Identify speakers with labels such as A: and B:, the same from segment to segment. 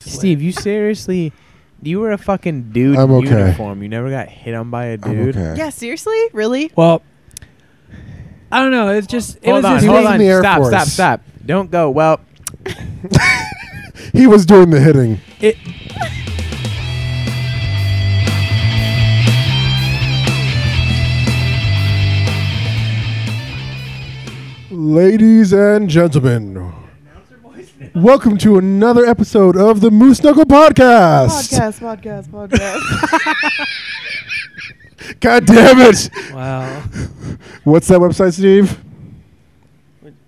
A: Steve, you seriously, you were a fucking dude
B: I'm
A: in
B: okay.
A: uniform. You never got hit on by a
B: I'm
A: dude.
B: okay.
C: Yeah, seriously? Really?
D: Well, I don't know. It's just it
A: Hold
D: was
A: on,
D: just
B: He was
A: hold
B: in
A: on.
B: the Air
A: Stop,
B: Force.
A: stop, stop. Don't go. Well,
B: He was doing the hitting.
D: It,
B: Ladies and gentlemen, welcome to another episode of the Moose Knuckle Podcast.
C: Podcast, podcast, podcast.
B: God damn it.
D: wow.
B: What's that website, Steve?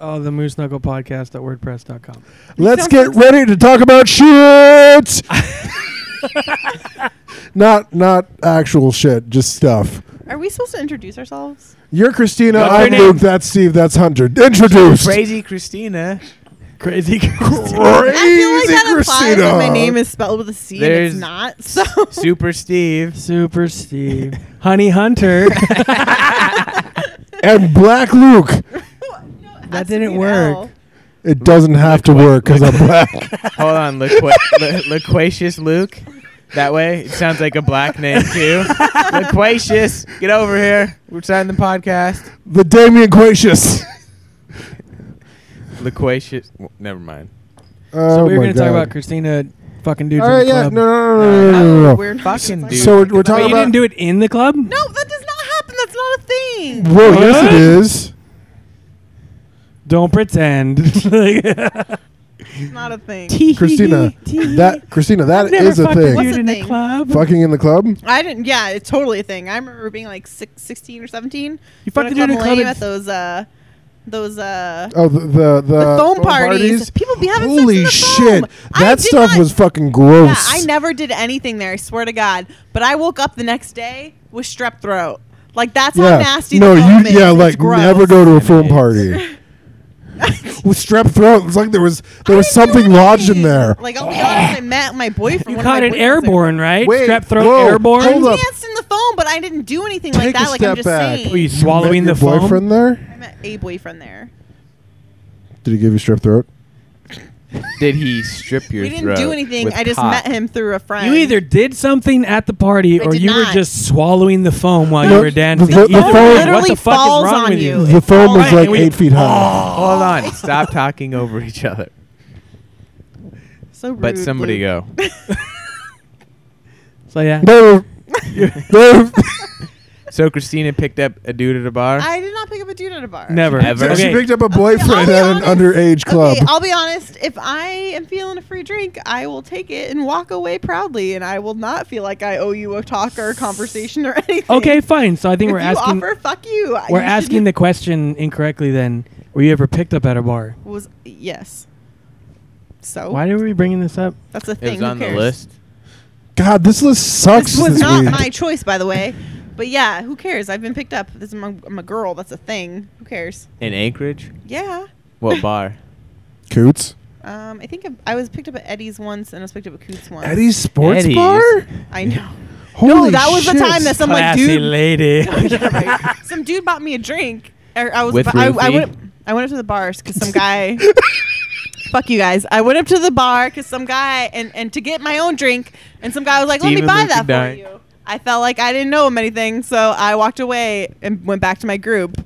D: Oh, the Moose Knuckle podcast at WordPress.com.
B: Let's
C: sounds
B: get
C: like-
B: ready to talk about shit. not not actual shit, just stuff.
C: Are we supposed to introduce ourselves?
B: You're Christina,
A: What's
B: I'm
A: your name?
B: Luke, that's Steve, that's Hunter. Introduced.
A: crazy Christina. Crazy.
C: I feel like that implies
B: Christina.
C: that my name is spelled with a C and
A: There's-
C: it's not. So
A: Super Steve.
D: Super Steve, Honey Hunter.
B: and Black Luke.
C: No, it has
D: That
C: to
D: didn't
C: be an
D: work.
C: L.
B: It doesn't have to work because I'm black.
A: Hold on, loqua- li- loquacious Luke. That way, it sounds like a black name too. loquacious, get over here. We're starting the podcast.
B: the Damien Quacius.
A: Loquacious. w- Never mind.
B: Oh
D: so we were
B: my
D: gonna talk
B: God.
D: about Christina, fucking dudes
B: All right,
D: in the
B: yeah,
D: club.
B: no, no, no, no, no, no, no,
C: Oh,
B: no.
C: we're not
A: Fucking dude.
C: supposed to-
B: So we're, we're
D: Wait,
B: talking
D: you
B: about.
D: didn't do it in the club?
C: No, that does not happen. That's not a thing.
B: Whoa, yes,
D: What?
B: it is.
D: Don't pretend.
C: It's not a thing.
B: Christina, that Christina, that
D: Never
B: is a
D: fucked a
B: thing.
C: What's
D: dude
C: a
D: in the
C: thing?
D: club.
B: Fucking in the club.
C: I didn't. Yeah, it's totally a thing. I remember being like six, 16 or seventeen.
D: You
C: going
D: fucked a dude
C: to
D: in the
C: Club
D: club.
C: Lame
D: and-
C: at those uh, those uh,
B: Oh, the the the,
C: the foam parties. People be having sex in
B: Holy
C: the
B: shit,
C: foam. I
B: that
C: did
B: stuff
C: not-
B: was fucking
C: Yeah,
B: gross.
C: I never did anything there. I swear to God. But I woke up the next day with strep throat. Like that's how nasty.
B: no,
C: the foam
B: you,
C: is.
B: yeah,
C: It's
B: like
C: gross.
B: never go to a
A: And
B: foam
A: it's-
B: party with strep throat. It's like there was there was
C: I didn't do
B: something lodged in
C: anything.
B: there.
C: Like I'll be honest, I met my boyfriend.
D: You
C: one of my
D: caught it
C: boyfriends there.
D: airborne, right?
B: Wait,
D: Strep throat
B: whoa,
D: airborne.
B: hold
C: I
B: up.
C: danced in the foam, but I didn't do anything like
B: Take a
C: that. Like I'm
B: step
C: just
B: back.
C: saying.
D: Were you
B: You met
D: swallowing
B: your
D: the foam?
B: boyfriend there?
C: I met a boyfriend there.
B: Did he give you strep throat?
A: Did he strip your
C: we didn't do
A: throat
C: anything.
A: with
C: I just
A: cock?
C: met him through a friend.
D: You either did something at the party
C: I
D: or
C: did
D: you were
C: not.
D: just swallowing the foam while
B: No,
D: you were dancing.
B: the- the
D: Either
B: foam
D: way, what
C: literally
D: the fuck
C: falls
D: is wrong
C: on
D: with
C: you.
D: you?
B: The foam was
D: Right,
B: like
D: and we- Oh.
B: eight feet high.
A: Hold on. Stop talking over each other.
C: So rude,
A: But somebody
C: Luke.
A: go.
D: So yeah,
B: They were, they were-
A: So Christina picked up a dude at a bar.
C: I did not pick up a dude at a bar.
D: never.
A: Ever.
B: She
D: Okay.
B: picked up a
C: I'll
B: boyfriend
C: be
B: at an
C: honest.
B: underage club.
C: Okay, I'll be honest. If I am feeling a free drink, I will take it and walk away proudly, and I will not feel like I owe you a talk or a conversation or anything.
D: Okay, fine. So I
C: If
D: think we're
C: you
D: asking
C: offer, fuck you. I-
D: we're
C: you
D: asking the question incorrectly. Then were you ever picked up at a bar?
C: shouldn't- was yes. So
D: Why are we bringing this up?
C: that's the
A: it
C: thing.
A: was
C: Who
A: on the
C: cares?
A: list.
B: God, this list sucks.
C: This was not
B: week.
C: my choice, by the way. But yeah, who cares? I've been picked up. This is my, I'm a girl. That's a thing. Who cares?
A: In Anchorage?
C: Yeah.
A: What bar?
B: Coots.
C: Um, I think I, I was picked up at Eddie's once, and I was picked up at Coots once.
B: Eddie's Sports
A: Eddie's.
B: Bar?
C: I know.
B: Holy
C: no, that was the
B: shit.
C: time that some like
D: Classy
C: dude
D: lady.
C: some dude bought me a drink. Or I was
A: With
C: I, I
A: roofie?
C: went I went up to the bar because some guy. fuck you guys! I went up to the bar because some guy and and to get my own drink and some guy was like,
A: Steven
C: "Let me buy
A: Luke
C: that
A: and
C: for
A: Dyke.
C: you." I felt like I didn't owe him anything, so I walked away and went back to my group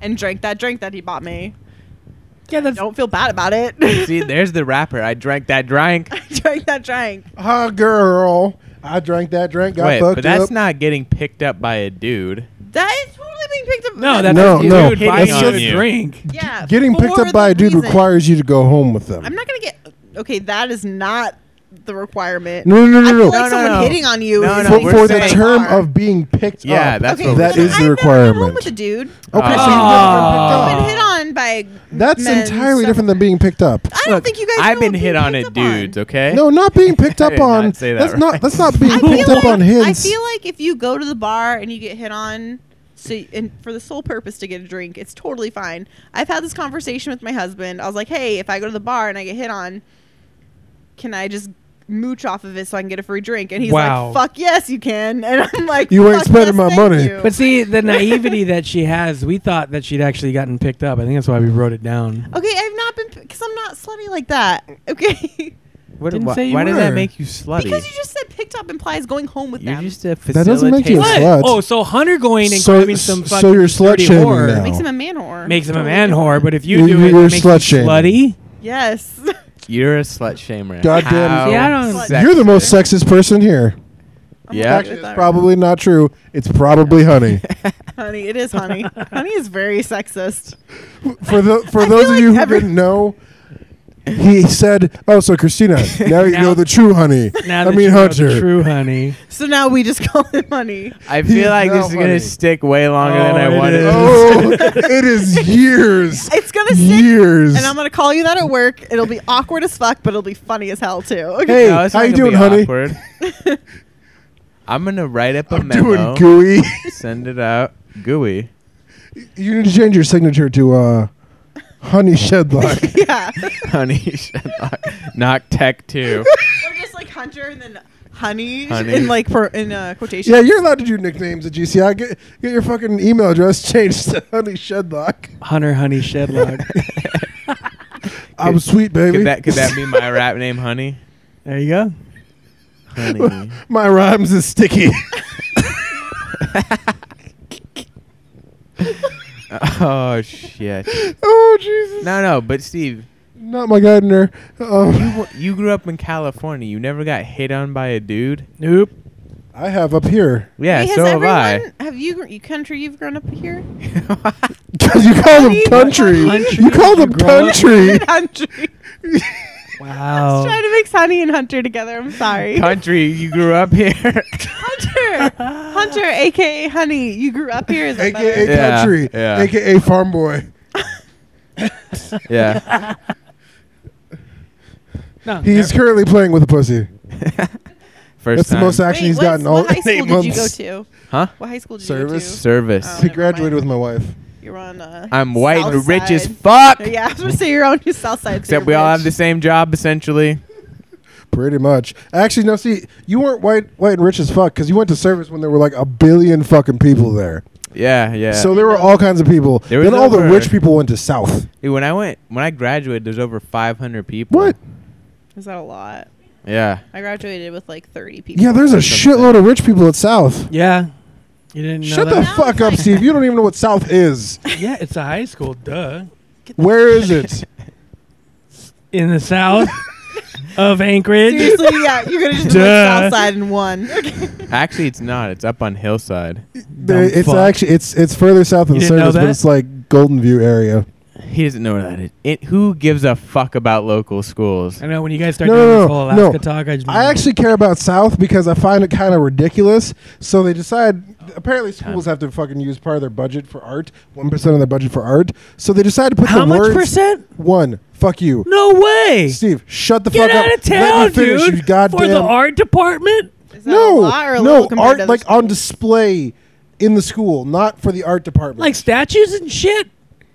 C: and drank that drink that he bought me.
D: yeah, that's
C: Don't feel bad about it.
A: See, there's the rapper. I drank that drink.
C: I drank that drink.
B: Ah, girl. I drank that drink. Got
A: Wait,
B: fucked
A: but that's
B: up.
A: not getting picked up by a dude.
C: That is totally being picked up.
D: no, that's
B: No,
D: a dude
B: no.
D: buying
A: Hitting
D: you
A: on
D: a
A: you.
D: drink.
C: yeah.
B: Getting picked
C: for
B: up by
C: the
B: a dude
C: reason.
B: requires you to go home with them.
C: I'm not gonna get. Okay, that is not the requirement.
B: no, no,
C: I
B: no,
C: feel
B: no.
C: like
A: No, no,
C: someone
A: no.
C: hitting on you.
A: No,
C: is
A: no,
B: for
C: being
A: we're
B: for the
C: picked
A: saying-
B: term
C: up.
B: of being picked
A: Yeah,
B: up.
A: that's
C: okay,
A: what we're
B: that
C: but
B: is
C: I've
B: the
A: saying.
C: never gone home
B: requirement.
C: with a dude.
B: Okay,
C: I've
B: so you've
D: Oh.
B: never been picked
C: been
B: up.
C: hit on by.
B: That's
C: men,
B: entirely
C: so-
B: different than being picked up.
C: I don't think you guys.
A: I've
C: know
A: been
C: what
A: hit
C: being
A: on at
C: picked up on.
A: dudes, okay?
B: No, not being picked
A: I
B: up
A: did
B: on.
A: not say that
B: that's not.
A: right.
B: That's not being
C: I
B: picked
C: feel
B: up
C: like-
B: on hints.
C: I feel like if you go to the bar and you get hit on, so y- and for the sole purpose to get a drink, it's totally fine. I've had this conversation with my husband. I was like, "Hey, if I go to the bar and I get hit on, can I just mooch off of it so I can get a free drink?" And he's
D: Wow.
C: like, "Fuck yes, you can." And I'm like,
B: You ain't
C: "Fuck
B: spending
C: yes,
B: my
C: thank
B: money."
C: you."
D: But see, the naivety that she has, we thought that she'd actually gotten picked up. I think that's why we wrote it down.
C: Okay, I've not been because I'm not slutty like that. Okay,
A: What,
D: Didn't
A: why
D: say you
A: why does that
D: were.
A: make you slutty?
C: Because you just said picked up implies going home with
A: You're
C: them.
A: just a
B: That doesn't make you a
A: facilitator.
B: slut. Sluts.
D: Oh, so Hunter going and
B: So-
D: grabbing some
B: so
D: fucking
B: you're slut
D: dirty
B: shaming
D: whore
B: now.
C: Makes him a man whore.
D: makes him a
C: Totally
D: man whore,
C: different.
D: but if you
B: You-
D: do it,
B: you're
D: it makes you
B: slut shaming.
D: slutty.
C: Yes.
A: You're a slut shamer.
B: Goddamn-
A: How
D: See, I don't-
A: sexist.
B: You're the most sexist person here.
C: I'm
A: Yeah.
C: okay
B: Actually,
C: with
B: it's
C: that.
B: probably not true. It's probably honey.
C: honey. It is honey. honey is very sexist.
B: For the for
C: I
B: those
C: feel
B: of
C: like
B: you who
C: every-
B: didn't know, he said, "Oh, so Christina, now you
D: Now-
B: know the true honey."
D: Now
B: I
D: that
B: mean,
D: you know the
B: Hunter.
D: True honey.
C: So now we just call him honey.
A: I
B: He's
A: feel like this
B: not
A: is gonna
B: funny.
A: stick way longer than
D: Oh,
A: I
D: it
A: wanted.
D: is.
B: Oh, it is years,
C: It's gonna stick,
B: years.
C: and I'm gonna call you that at work. It'll be awkward as fuck, but it'll be funny as hell too. Okay.
B: Hey,
A: No, it's
B: how
A: not
B: you
A: gonna
B: doing,
A: be
B: honey?
A: awkward. I'm gonna write up a
B: I'm
A: memo,
B: doing gooey.
A: send it out, gooey.
B: you need to change your signature to uh, honey shedlock.
C: Yeah.
A: Honey, Shenlock, knock tech two.
C: or just like Hunter and then honey,
A: Honey.
C: in like for in uh, quotation.
B: yeah, you're allowed to do nicknames at GCI. Get, get your fucking email address changed to honey shedlock.
D: Hunter honey Shedlock.
B: I'm sweet, baby.
A: Could that could that be my rap name, Honey?
D: there you go.
A: Honey.
B: My rhymes is sticky.
A: oh shit.
B: oh Jesus!
A: No, no, but Steve,
B: Not my gardener. Um,
A: you you grew up in California. You never got hit on by a dude.
D: Nope.
B: I have up here
A: Yeah,
C: Hey, has
A: so have
C: everyone,
A: I.
C: Have you, gr- you country? You've grown up here.
B: because you call them country.
D: Country.
B: You call them
D: You grow up-
B: country.
C: Country. Trying
D: Wow.
C: to mix honey and Hunter together. I'm sorry.
A: Oh. Country, you grew up here.
C: Hunter, Hunter, aka Honey, you grew up here. Is that
B: AKA
C: better?
A: Yeah,
B: country,
A: yeah.
B: AKA farm boy.
A: yeah.
D: No,
B: He's
D: never-
B: currently playing with a pussy.
A: Oh, First
B: That's
A: time.
B: the most action
C: Wait,
B: he's
C: what's-
B: gotten all
C: what high school
B: eight
C: did
B: months.
C: you go to?
A: Huh?
C: What high school did
B: Service.
A: Service.
C: Oh.
B: He
C: Never
B: graduated
C: mind.
B: with my wife.
C: you go to? You're on. Uh,
A: I'm white and
C: South
A: rich as
C: Side.
A: fuck.
C: Yeah, I was gonna say you're on your south side. so
A: Except
C: you're
A: we all
C: rich.
A: have the same job essentially.
B: Pretty much. Actually, no. See, you weren't white, white and rich as fuck because you went to service when there were like a billion fucking people there.
A: Yeah, yeah.
B: So there were all kinds of people.
A: There was
B: then all the
A: over-
B: rich people went to South.
A: Dude, when I went, when I graduated, there's over 500 people.
B: What?
C: Is that a lot?
A: Yeah.
C: I graduated with like 30 people.
B: Yeah, there's a
A: That's something.
B: shitload of rich people at South.
D: Yeah. You didn't know
B: Shut the
D: that?
C: f-
B: fuck up, Steve. You don't even know what South is.
D: yeah, it's a high school. Duh.
B: Where is it?
D: In the south of Anchorage.
C: Seriously, yeah, you're gonna just do
D: Duh.
C: south side and one. Okay.
A: Actually, it's not. It's up on Hillside.
B: There-
D: Dumb
B: it's
D: fuck.
B: actually it's it's further south than
D: You didn't know
B: Service, but
D: that?
B: it's like Golden View area.
A: He doesn't know where that is. It, who gives a fuck about local schools?
D: I know when you guys start
B: No,
D: doing
B: no,
D: this
B: no,
D: whole
B: no.
D: Alaska talk, I just
B: I actually care about South because I find it kind of ridiculous. So they decide. Apparently, schools have to fucking use part of their budget for art. One percent of their budget for art. So they decide to put
D: how
B: the
D: much
B: words.
D: percent?
B: One. Fuck you,
D: No way.
B: Steve. Shut the
D: Get
B: fuck
D: out
B: up.
D: of town,
B: Let me finish,
D: dude.
B: you goddamn.
D: For the art department.
C: Is that a
B: no,
C: lot or a
B: no
C: little compared to
B: art
C: other
B: like on
C: schools?
B: display in the school, not for the art department.
D: Like statues and shit.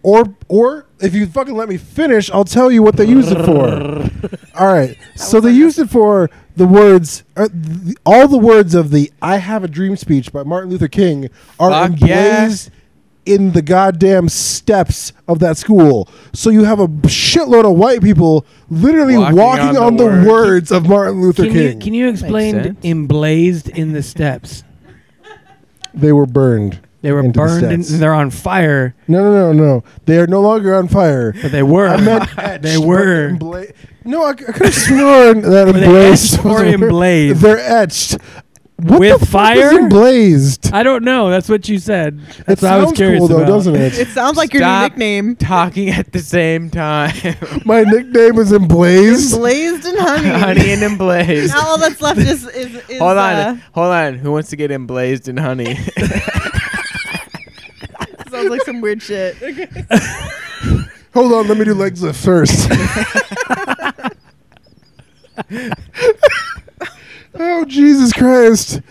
B: Or, or if you fucking let me finish, I'll tell you what they used it for. All right. So they used it for the words, uh, th- all the words of the "I Have a Dream" speech by Martin Luther King are
A: Fuck
B: emblazed in the goddamn steps of that school. So you have a shitload of white people literally walking,
A: Walking
B: on, the, words. of Martin Luther
D: Can you
B: King.
D: can you explain
A: sense.
D: emblazed in the steps?
B: they were burned.
D: They were
B: Into the
D: burned and
B: steps.
D: they're on fire,
B: No, no, no, no. They are no longer on fire.
D: but they were.
B: I meant etched,
D: they
B: but
D: were.
B: embla- no, I, could have sworn that
D: Were they
B: emblazed
D: etched or
B: was a-
D: emblazed?
B: They're etched. What
D: With
B: the Fuck
D: fire?
B: is emblazed.
D: I don't know. That's what you said.
B: It
D: That's what I was
B: sounds
D: curious
B: cool though,
D: about.
B: doesn't
C: It
B: it?
C: sounds like your new
A: Stop
C: nickname.
A: Talking at the same time.
B: My nickname is emblazed.
C: Blazed and honey.
A: honey and emblazed.
C: Now all that's left is is, is
A: Hold
C: Uh,
A: on. Hold on. Who wants to get emblazed in honey?
C: sounds like some weird shit. Okay.
B: Hold on, let me do legs lift first. oh Jesus Christ!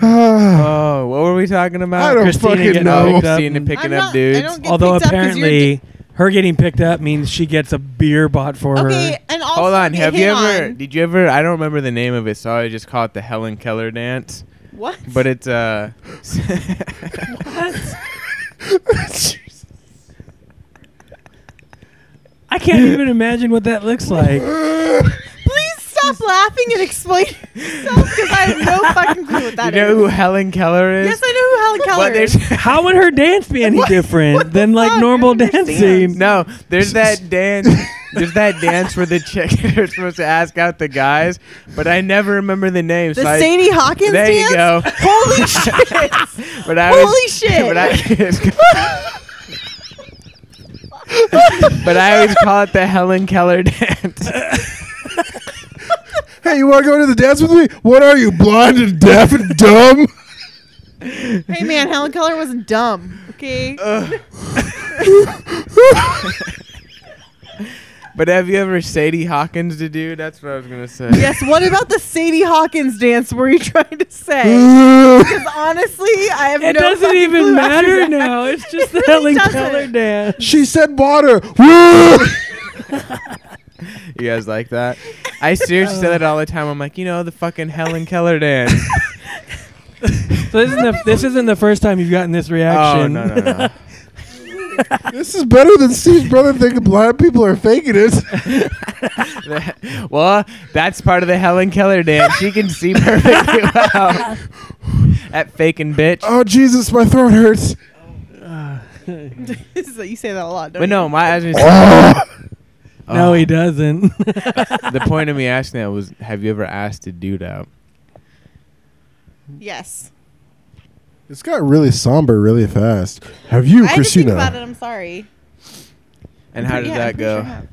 B: Ah,
A: oh, what were we talking about?
B: I don't
D: Christina
B: fucking
D: getting
A: Oh,
B: know.
D: picked up
A: Christina
D: and-
A: picking
C: I'm
A: up
C: not- I
A: dudes.
C: don't get
D: Although
C: picked up 'cause you're
D: apparently
C: di-
D: her getting picked up means she gets a beer bought for
C: Okay,
D: her.
C: and also
A: Hold on.
C: get
A: Have you
C: hit
A: ever?
C: on.
A: Did you ever? I don't remember the name of it, so I just call it the Helen Keller dance.
C: What?
A: But it's uh.
D: I can't even imagine what that looks like.
C: Please stop. Stop laughing and explain yourself because I have no fucking clue what
A: you
C: that is.
A: know who Helen Keller is?
C: yes, I know who Helen
A: But
C: Keller
A: there's
C: is.
D: How would her dance be any
C: What-
D: different
C: what the
D: than like
C: fuck?
D: normal
C: I don't
D: dancing?
C: understand.
A: no, there's that dance. There's that dance where the chick are supposed to ask out the guys, but I never remember the name.
C: The
A: so I-
C: Sadie Hawkins
A: There you
C: dance?
A: go.
C: Holy shit.
A: but I
C: Holy
A: was,
C: shit.
A: But I, but I always call it the Helen Keller dance.
B: Hey, you want to go to the dance with me? What are you, blind and deaf and dumb?
C: hey, man, Helen Keller wasn't dumb. Okay.
A: Uh. But have you ever Sadie Hawkins to do? That's what I was gonna say.
C: yes, what about the Sadie Hawkins dance were you trying to say?
B: Ooh.
C: Because honestly, I have
D: It
C: no
D: doesn't
C: fucking
D: even
C: clue after
D: matter
C: that.
D: now. It's just the
C: really doesn't.
D: Helen Keller dance.
B: she said water. Woo!
A: You guys like that? I seriously say that all the time. I'm like, you know, the fucking Helen Keller dance.
D: So this isn't the, this isn't the first time you've gotten this
A: oh
D: reaction.
A: no no no.
B: this is better than Steve's brother thinking blind people are faking it.
A: That- well, that's part of the Helen Keller dance. She can see perfectly well. That faking bitch.
B: Oh Jesus, my throat hurts.
C: This is- you say that a lot, don't
A: But
C: you?
A: no, my I was gonna say-
B: Ah.
D: No,
A: Oh.
D: he doesn't.
A: the point of me asking that was, have you ever asked a dude out?
C: Yes.
B: It's got really somber really fast. Have you,
C: I had to think about it.
B: Christina?
C: I'm sorry.
A: And how
C: But
A: did
C: yeah, I'm
A: that
C: pretty sure
A: go?
C: I have.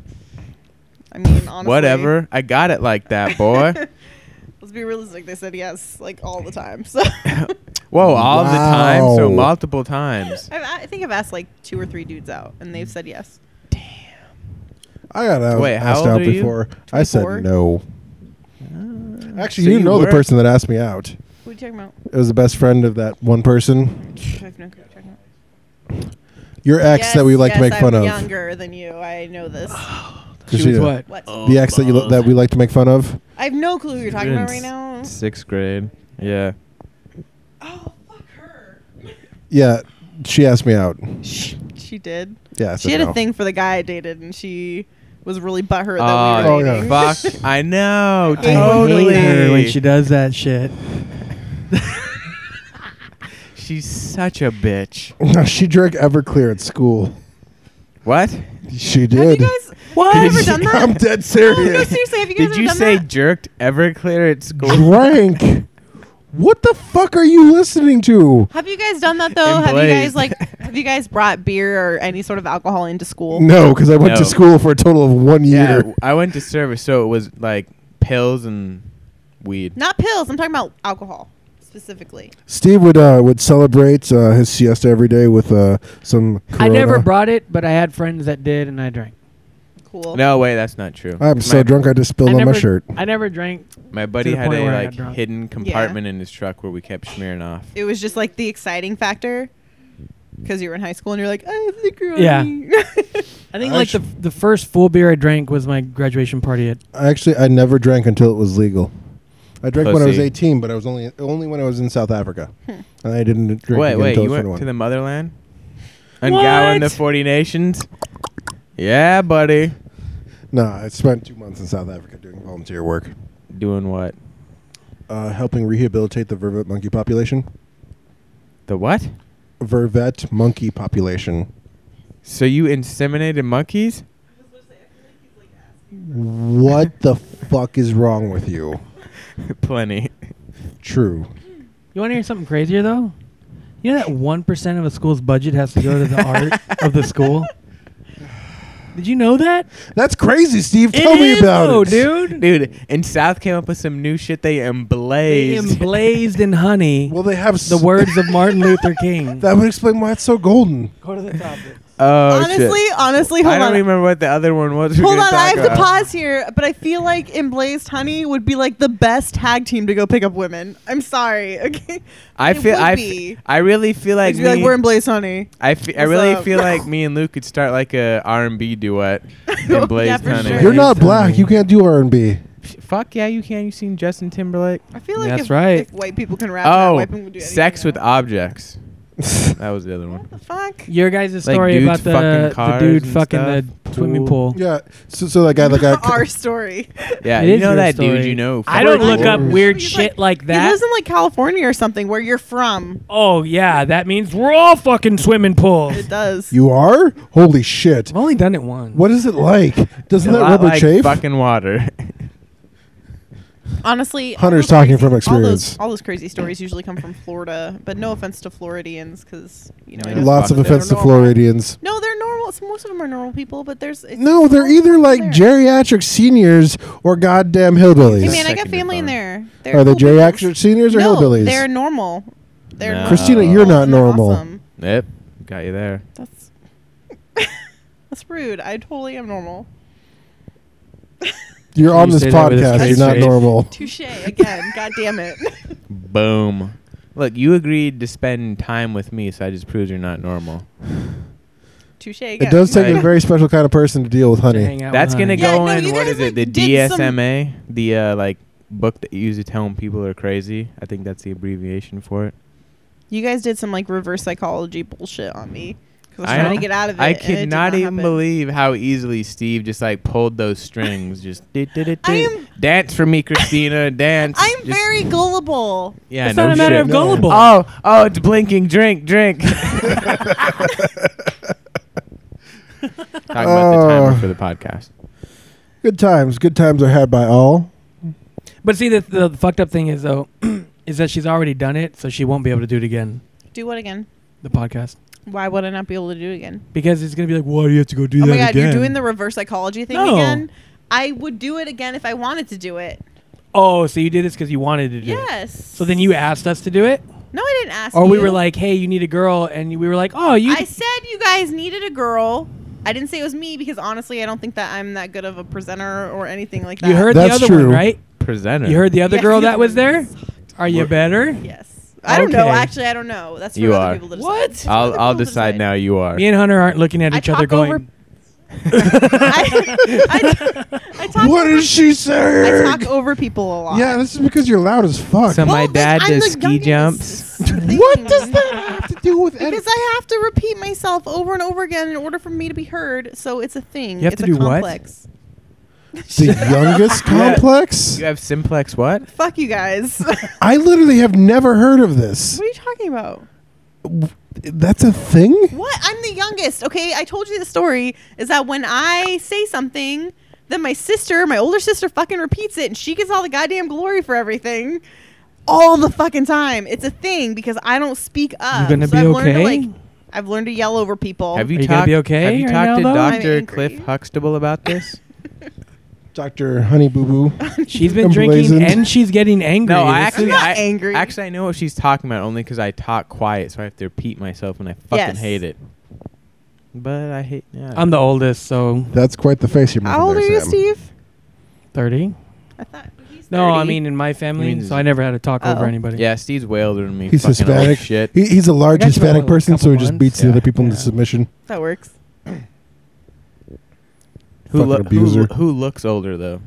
C: I mean, honestly.
A: Whatever. I got it like that, boy.
C: Let's be realistic. They said yes, like all the time. So
A: Whoa, all the time, so
B: Wow.
A: multiple times.
C: I, I think I've asked like two or three dudes out, and they've said yes.
B: I got out,
A: Wait, how
B: asked
A: old
B: out
A: are you?
B: before. I said
C: 24?
B: no. Actually,
A: So
B: you,
A: you
B: know
A: Ah. were-
B: the person that asked me out.
C: What are you talking about?
B: It was the best friend of that one person.
C: I have no clue what you're talking about.
B: Your ex that we like to make
C: I'm
B: fun of.
C: Younger than you, I know this.
A: Oh.
D: She was
B: Christina.
D: what?
C: What?
B: The ex that you lo- that we like to make fun of.
C: I have no clue who you're talking about right
A: Students.
C: now.
A: Sixth grade. Yeah.
C: Oh, fuck her.
B: Yeah, she asked me out.
C: She, she did.
B: Yeah, I
C: She
B: said
C: had a
B: no.
C: thing for the guy I dated, and she was really butthurt that we
A: Oh,
C: were
B: yeah.
C: dating.
A: fuck. I know.
D: I
A: Totally.
D: hate her when she does that shit.
A: She's such a bitch.
B: she drank Everclear at school.
A: What?
B: She
C: Have you
B: did.
C: guys?
D: What?
C: Have you ever
A: Did
C: done that?
B: I'm dead
C: No, no,
B: serious.
C: seriously, have you guys
A: Did
C: ever
A: you
C: done
A: say
C: that?
A: jerked Everclear at school?
B: drank. What the fuck are you listening to?
C: Have you guys done that though?
A: And
C: Have you guys
A: Blade.
C: like? Have you guys brought beer or any sort of alcohol into school?
B: No, because I went to
A: No.
B: school for a total of one
A: yeah.
B: year.
A: I went to service, so it was like pills and weed.
C: Not pills. I'm talking about alcohol specifically.
B: Steve would uh, would celebrate uh, his siesta every day with uh, some.
E: I
B: Corona.
E: never brought it, but I had friends that did, and I drank.
C: Cool.
A: No, wait, that's not true.
B: I'm so
A: my,
B: drunk I just spilled
E: I
B: on
E: never,
B: my shirt.
E: I never drank.
A: My buddy
D: the
A: had
D: point
A: a
D: where I got
A: like
D: drunk.
A: hidden compartment in his truck where we kept smearing off.
C: It was just like the exciting factor because you were in high school and you're like, I have liquor on
D: Yeah.
C: me.
D: I think
B: I
D: like the, the first full beer I drank was my graduation party at
B: I actually I never drank until it was legal. I drank when I was
A: Pussy.
B: 18, but I was only only when I was in South Africa, and I didn't drink
A: Wait,
B: again
A: wait,
B: until
A: you
B: I was
A: went
B: 21.
A: to the motherland? Ungowan the
D: What?
A: Forty Nations. Yeah, buddy.
B: No, I spent two months in South Africa doing volunteer work,
A: Doing what?
B: uh, helping rehabilitate the vervet monkey population.
A: The what?
B: Vervet monkey population.
A: So you inseminated monkeys?
B: What the fuck is wrong with you?
A: Plenty.
B: True.
D: You want to hear something crazier though? You know that one percent of a school's budget has to go to the art of the school. Did you know that?
B: That's crazy, Steve. Tell me
D: is,
B: about
D: though,
B: it,
D: dude.
A: Dude, and South came up with some new shit they
D: They
A: emblazed.
D: emblazed in honey
B: Well, they have s-
D: the words of Martin Luther King.
B: That would explain why it's so golden.
D: go to the topic.
A: oh, shit.
C: honestly, honestly, hold
A: I don't
C: on.
A: remember what the other one was. we were
C: Hold
A: gonna
C: on, I
A: talk
C: have to
A: about.
C: pause here, but I feel like Emblazed Honey would be like the best tag team to go pick up women. I'm sorry, okay?
A: I
C: It
A: feel
C: would
A: I, f-
C: be.
A: I really feel like,
C: Like, be like
A: me-
C: we're Emblazed Honey.
A: I, fe- I
C: What's
A: really
C: up?
A: feel like me and Luke could start like a R and B duet.
C: Yeah,
A: in Blaze
C: for
A: Honey.
C: sure.
B: You're not
D: It's
B: black.
D: funny.
B: You can't do R and B.
A: Fuck yeah, you can. You seen Justin Timberlake?
C: I feel like
D: That's
C: if,
D: right.
C: if white people can rap, now,
A: Oh,
C: white people can do
A: sex
C: anything
A: with
C: now.
A: objects. That was the other one.
C: The fuck?
E: Your guys'
A: Like
E: story
A: dudes
E: about the,
A: fucking
E: the
A: cars
E: dude
A: and
E: fucking
A: stuff.
E: the swimming
A: Pool.
E: pool.
B: Yeah. So, so that guy that got
C: Our story.
A: Yeah,
E: It
A: you
E: is
A: know
E: your
A: that dude
E: story.
A: you know.
E: I don't
A: fucking
E: look up
A: rules.
E: weird
C: He's
E: shit like
C: He
E: that.
C: lives in like California or something where you're from.
E: Oh yeah, that means we're all fucking swimming
D: Oh.
E: pools.
C: It does.
B: You are? Holy shit.
D: I've only done it once.
B: What is it like?
A: It's
B: Doesn't
A: a
B: that
A: lot
B: rubber
A: like
B: chafe?
A: fucking water.
C: Honestly, all
B: Hunter's
C: those
B: talking from
C: all those-
B: experience.
C: All those, crazy stories usually come from Florida, but no offense to Floridians, because you know.
A: Yeah.
C: it is-
B: Lots of
A: They're
B: offense to
C: normal.
B: Floridians.
C: no, they're normal. It's, most of them are normal people, but there's it's
B: No, they're either like
C: Jerry.
B: geriatric seniors or goddamn hillbillies.
C: Hey
A: He's
C: man, I got
A: second to
C: family
A: farm.
C: in there. They're
B: Are they
C: cool people.
B: geriatric seniors or
C: no,
B: hillbillies?
C: They're normal. They're
A: No.
B: Christina,
A: Uh,
B: you're not
C: They're
B: normal.
C: awesome.
A: Yep, got you there.
C: That's that's rude. I totally am normal.
B: You're
D: Can
B: on
D: you
B: this
D: say that with a
B: podcast.
D: straight
B: You're not
D: face?
B: normal.
C: Touche again. God damn it.
A: Boom. Look, you agreed to spend time with me, so I just proves you're not normal.
C: Touche again.
B: It does take a
A: Right.
B: very special kind of person to deal with
D: To
B: honey.
D: hang out
A: That's
D: with
A: gonna
D: honey.
C: Yeah,
A: go
C: no, you
A: in. What
C: guys,
A: is it? The
C: like, did some-
A: DSMA, the uh, like book that you use to tell when people are crazy. I think that's the abbreviation for it.
C: You guys did some like reverse psychology bullshit on me because I was
A: I-
C: trying to get out of uh, it.
A: I
C: and it
A: could
C: did
A: not even
C: happen.
A: believe how easily Steve just like pulled those strings. just did did it.
C: I
A: did.
C: am-
A: Dance for me, Christina. Dance.
C: I'm
A: Just-
C: very gullible.
A: Yeah,
D: it's
A: no
D: not a matter
A: shit.
D: of
B: No.
D: gullible.
A: Oh, oh, it's blinking. Drink, drink. Talking about the timer
B: Oh.
A: for the podcast.
B: Good times. Good times are had by all.
D: But see, the, the fucked up thing is though, is that she's already done it, so she won't be able to do it again.
C: Do what again?
D: The podcast
C: Why would I not be able to do it again?
D: because it's gonna be like, why do you have to go do
C: oh
D: that
C: my god,
D: again?
C: you're doing the reverse psychology thing
D: No.
C: again. I would do it again if I wanted to do it.
D: oh, so you did this because you wanted to do it.
C: Yes.
D: So then you asked us to do it,
C: No, I didn't ask.
D: or we
C: you.
D: were like, hey, you need a girl, and we were like, oh, you.
C: I said you guys needed a girl. I didn't say it was me because honestly, I don't think that I'm that good of a presenter or anything like that.
D: you heard
B: That's
D: the other
B: true.
D: one, right?
A: Presenter.
D: You heard the other
C: Yeah,
D: girl
C: the
D: that
C: other
D: was
C: one
D: there. Are you
A: We're-
D: better?
C: Yes. I don't know.
D: Okay.
C: Actually, I don't know. That's for
A: You
C: other
A: are.
C: people to decide.
D: What?
C: That's for
A: I'll
C: other
A: I'll
C: people to
A: decide now. You are.
D: Me and Hunter aren't looking at
C: I
D: each other
C: talk over-
D: going.
C: I, I, I talk.
B: What is she saying?
C: I talk over people a lot.
B: yeah, this is because you're loud as fuck.
A: So
C: Well,
A: my
C: bitch,
A: dad
C: I'm
A: does
C: the
A: ski jumps.
C: youngest.
B: what does that have to do with editing?
C: Because I have to repeat myself over and over again in order for me to be heard. So it's a thing.
D: You have
C: it's
D: to
C: a
D: do what?
C: complex.
B: The youngest complex?
A: You have simplex what?
C: Fuck you guys. what
B: I literally have never heard of this.
C: are you talking about?
B: That's a thing?
C: What? I'm the youngest. Okay, I told you the story is that when I say something, then my sister, my older sister, fucking repeats it, and she gets all the goddamn glory for everything, all the fucking time. It's a thing because I don't speak up.
D: gonna
C: so
D: be
C: I've Learned to,
D: okay?
C: like, I've learned to yell over people.
A: Have you,
D: Are you gonna
A: talked?
D: be okay
A: Have you
D: right
A: talked
D: now, though?
A: to
D: I'm
A: Doctor
C: angry.
A: Cliff Huxtable about this?
B: Dr. Honey Boo Boo.
D: She's been drinking
B: Emblazoned.
D: and she's getting angry.
A: no, I
D: This
A: actually
D: is-
C: not
A: I,
C: angry.
A: Actually, I know what she's talking about only because I talk quiet, so I have to repeat myself, and I fucking
C: Yes.
A: hate it. But I hate. Yeah.
D: I'm the oldest, so
B: That's quite the face you're making.
C: How old are
B: there,
C: you,
B: Sam.
C: Steve?
D: thirty.
C: I thought he's
D: No, I
C: 30.
D: mean in my family,
A: means-
D: so I never had to talk over
C: Oh.
D: anybody.
A: yeah, Steve's way older than me.
B: He's
A: fucking old
B: Hispanic.
A: Shit.
B: He, he's a large
D: I got you by,
B: Hispanic
D: like, a
B: person, so he
D: couple
B: just
D: months.
B: beats the
A: Yeah.
B: other people into
D: Yeah.
B: submission.
C: that works.
A: Who,
B: Fucking
A: loo- who,
B: abuser.
A: loo- who looks older though?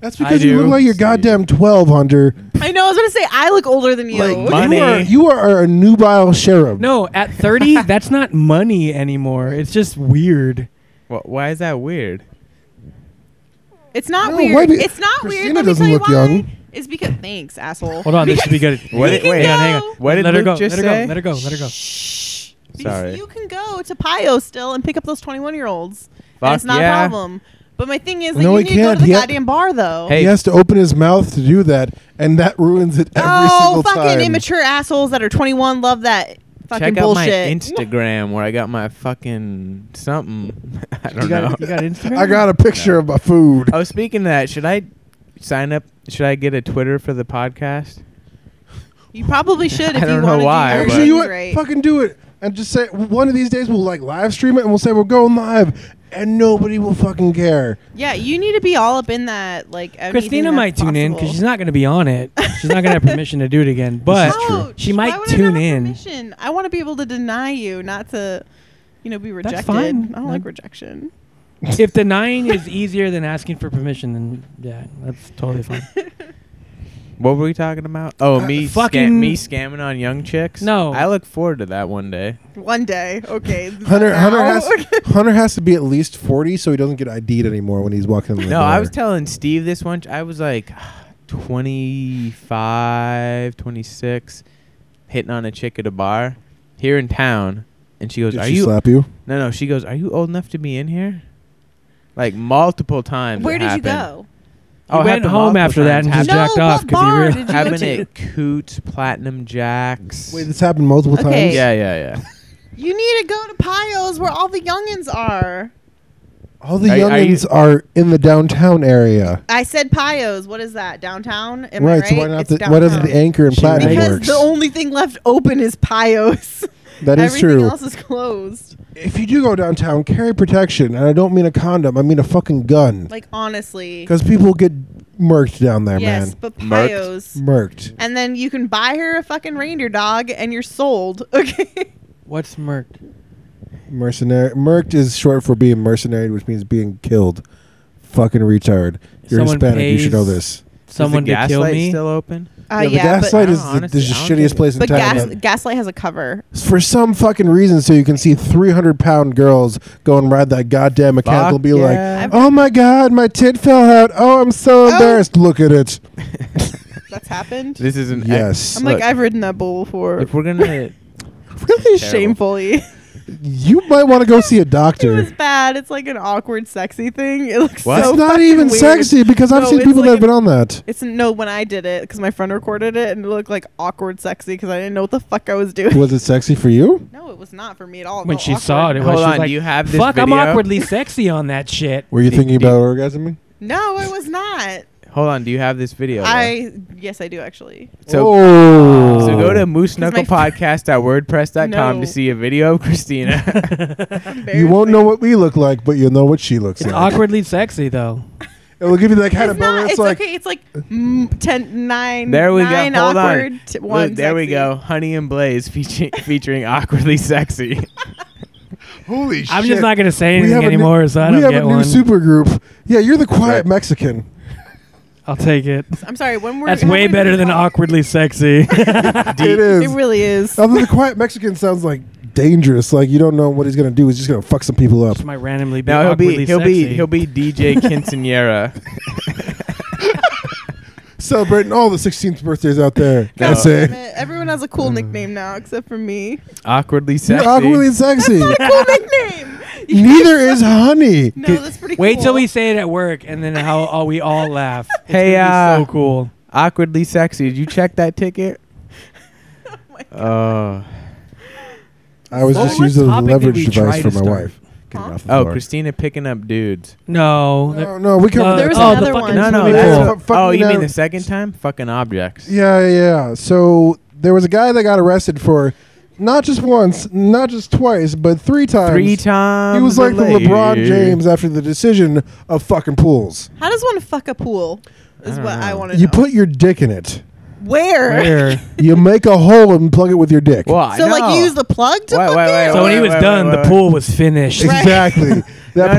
B: That's
D: I
B: because you look
D: do.
B: like you're
A: Steve.
B: goddamn 12, Hunter.
C: I know. I was gonna say I look older than you.
B: Like,
A: Money.
B: You are, you are a nubile cherub.
D: No, at thirty, that's not money anymore. It's just weird.
A: Wha why is that weird?
C: it's not
B: No, why
C: weird.
B: do-
C: it's not
B: Christina
C: weird. Let me
B: doesn't
C: tell you
B: look
C: why.
B: young.
C: It's because thanks, asshole.
D: Hold on, this should be good.
A: What
C: You
A: did,
C: can
A: wait,
C: go.
A: hang on, hang on. What did
D: let her
A: Luke
D: go.
A: just
D: let her
A: say?
D: go. Let her
B: Oh,
D: go. Let her go.
C: Shh.
A: Sorry.
C: You can go to Pio still and pick up those 21 year olds.
A: Fuck
C: And it's not
A: yeah.
C: a problem. But my thing is that
B: No,
C: you
B: he
C: need to go
B: can't.
C: to the
B: He ha-
C: goddamn bar though.
A: Hey.
B: He has to open his mouth to do that, and that ruins it every
C: oh,
B: single
C: fucking
B: time.
C: immature assholes that are 21 love that fucking
A: Check out my
C: bullshit.
A: Instagram where I got my fucking something. I don't know.
D: You got, you got Instagram?
B: I got a picture of my food.
A: Oh, speaking of that, should I sign up? Should I get a Twitter for the podcast?
C: you probably should if
A: I don't
C: you
A: know
C: want to
A: why,
C: do your
A: but-
B: Actually,
C: things
B: you know what?
C: right.
B: Fucking do it. And just say, one of these days we'll like live stream it and we'll say we're going live and nobody will fucking care.
C: Yeah, you need to be all up in that. Like anything
D: Christina
C: that's
D: might tune in
C: possible.
D: because she's not going to be on it. She's not going to have permission to do it again. But
B: That's true.
C: Ouch,
D: She
C: why
D: might
C: would I not
D: tune
C: have
D: in.
C: permission? I want to be able to deny you, not to, you know, be rejected.
D: fine.
C: I don't
D: No.
C: like rejection.
D: if denying is easier than asking for permission, then yeah, that's totally fine.
A: What were we talking about? Oh,
C: Uh,
A: me fucking
D: fucking-
A: me scamming on young chicks.
D: No.
A: I look forward to that one day.
C: One day, okay. is that
B: Hunter Hunter
C: now?
B: has Hunter has to be at least forty so he doesn't get ID'd anymore when he's walking. In the
A: No, I was
B: door.
A: telling Steve this one. I was like 25, 26, hitting on a chick at a bar here in town, and she goes,
B: Did
A: "Are
B: she
A: you?"
B: slap you?
A: No, no. She goes, "Are you old enough to be in here?" Like multiple times.
C: Where
A: it
C: did
A: happened.
C: you go?
A: Oh, it
D: went
A: happened
D: home
A: multiple
D: after that
A: times.
D: and just
C: no,
D: jacked
C: what
D: off 'cause you
C: bar
D: were-
C: did you go
A: Happened
C: to?
A: at Coot, Platinum Jacks.
B: Wait, this happened multiple
C: Okay.
B: times.
A: Yeah, yeah, yeah.
C: You need to go to Pios where all the youngins are.
B: All the
A: Are you- are you-
B: youngins are in the downtown area.
C: I said Pios. What is that? Downtown? Am I
B: right, so why not
C: It's
B: the why doesn't
C: downtown.
B: the anchor and
D: She
B: platinum
C: Because
B: works?
C: the only thing left open is Pios.
B: that is
C: Everything
B: true.
C: else is closed.
B: If you do go downtown, carry protection, and I don't mean a condom, I mean a fucking gun.
C: Like honestly.
B: Because people get murked down there,
C: Yes, but
A: Merked.
C: Pios.
B: man. Murked.
C: And then you can buy her a fucking reindeer dog and you're sold. Okay.
D: What's murked?
B: Mercenary. Murked is short for being mercenary, which means being killed. Fucking retard. You're
D: Someone
B: Hispanic. You should know
D: pays-
B: this.
D: Someone
A: is the
D: to kill
A: Gaslight
D: me?
A: still open?
C: Uh,
B: yeah,
C: yeah,
B: the gaslight
A: I
B: is
A: don't
B: the, this is
A: honestly- I
B: the
A: don't
B: shittiest
A: get
B: place in
C: but
B: town.
C: gas,
B: man.
C: gaslight has a cover.
B: For some fucking reason, so you can see 300 pound girls go and ride that goddamn mechanical and be
A: yeah.
B: like, oh my god, my tit fell out. Oh, I'm so embarrassed. Look at it.
C: That's happened.
A: This is an ex-
B: Yes.
C: I'm
A: Look,
C: like I've ridden that bull before.
A: if we're gonna
C: really
A: Terrible.
C: shamefully.
B: You might want to go see a
C: it was
B: doctor.
C: bad. It's like an awkward, sexy thing. It looks
A: What?
C: so.
B: It's not
C: fucking
B: even
C: weird.
B: sexy because I've
C: No,
B: seen
C: it's
B: people that
C: like
B: have been
C: a-
B: on that.
C: It's no when I did it because my friend recorded it and it looked like awkward, sexy because I didn't know what the fuck I was doing.
B: Was it sexy for you?
C: No, it was not for me at all.
E: When
C: No,
E: she
C: awkward.
E: saw it, it was
A: Hold
E: she was
A: on,
E: like,
A: do you have this
E: Fuck,
A: video?"
E: I'm awkwardly sexy on that shit.
B: Were you
A: Do-
B: thinking
A: do-
B: about orgasming?
C: No, it was not.
A: hold on, do you have this video? though?
C: I yes, I do actually.
A: so
B: oh.
A: so go to moose
C: my
A: knuckle
C: f-
A: podcast at wordpress.com
C: No.
A: to see a video of Christina.
B: You won't know what we look like, but you'll know what she looks
D: It's
B: like.
D: awkwardly sexy though.
B: It'll give you that kind
C: It's
B: of boner.
C: not.
B: It's,
C: It's
B: like
C: okay. It's like mm, ten, nine.
A: there we
C: nine
A: go. Hold
C: awkward,
A: on.
C: t-
A: Look,
C: one.
A: there we
C: sexy.
A: go. Honey and Blaze featuring featuring awkwardly sexy.
B: holy shit.
D: I'm just not gonna say
B: we
D: anything
B: have a
D: anymore,
B: new,
D: so I
B: we
D: don't
B: have
D: get
B: a new
D: one.
B: supergroup. Yeah, you're the quiet
A: Right.
B: Mexican.
D: I'll take it.
C: I'm sorry. When we're
D: That's
C: when
D: way
C: we're
D: better than
C: done-
D: awkwardly sexy.
B: it
C: It
B: is.
C: really is.
B: Although the quiet Mexican sounds like dangerous. Like you don't know what he's gonna do. He's just gonna fuck some people up.
D: Just might randomly be
A: Now he'll
D: awkwardly
A: be he'll
D: sexy.
A: be he'll be DJ Quinceanera.
B: Celebrating all the 16th birthdays out there.
A: No.
B: That's it.
C: Damn it. Everyone has a cool
D: Mm.
C: nickname now, except for me.
A: awkwardly
B: You're
A: sexy.
B: awkwardly sexy.
C: Cool nickname.
B: Neither is honey.
C: No, that's pretty.
D: Wait
C: cool.
D: till we say it at work, and then how all we all laugh. It's
A: Hey,
D: gonna be
A: uh,
D: so cool.
A: awkwardly sexy. Did you check that ticket? Oh,
B: I was
D: What
B: just
D: was
B: using
D: the
B: the
D: topic that we
B: leverage
D: tried
B: device for
D: to
B: my
D: start?
B: wife. Get it
C: Huh?
B: off the
A: oh,
B: floor.
A: Christina picking up dudes.
D: No, there-
B: No, no, we covered
D: no,
B: that.
C: There was
D: oh,
C: another
D: the fucking
C: one.
A: No, no.
D: swimming
A: That's
D: pool.
B: cool.
A: a-
B: Fuck
A: oh,
B: me
A: you mean
B: now.
A: the second time? Fucking objects.
B: Yeah, yeah, yeah. So there was a guy that got arrested for not just once, not just twice, but three times.
A: Three times.
B: He was like the
A: delayed.
B: LeBron James after the decision of fucking pools.
C: How does one fuck a pool? Is
A: I
C: what
A: don't
C: I
A: know.
C: want to know.
B: You put your dick in it.
C: where?
D: Where?
B: You make a hole and plug it with your dick.
A: Well,
C: So like,
A: no.
C: you use the plug to
A: Wait,
C: fuck
A: wait,
C: it?
A: wait,
D: So when he was
A: wait,
D: done,
A: wait,
D: the
A: wait.
D: pool was finished.
C: Right.
B: Exactly. That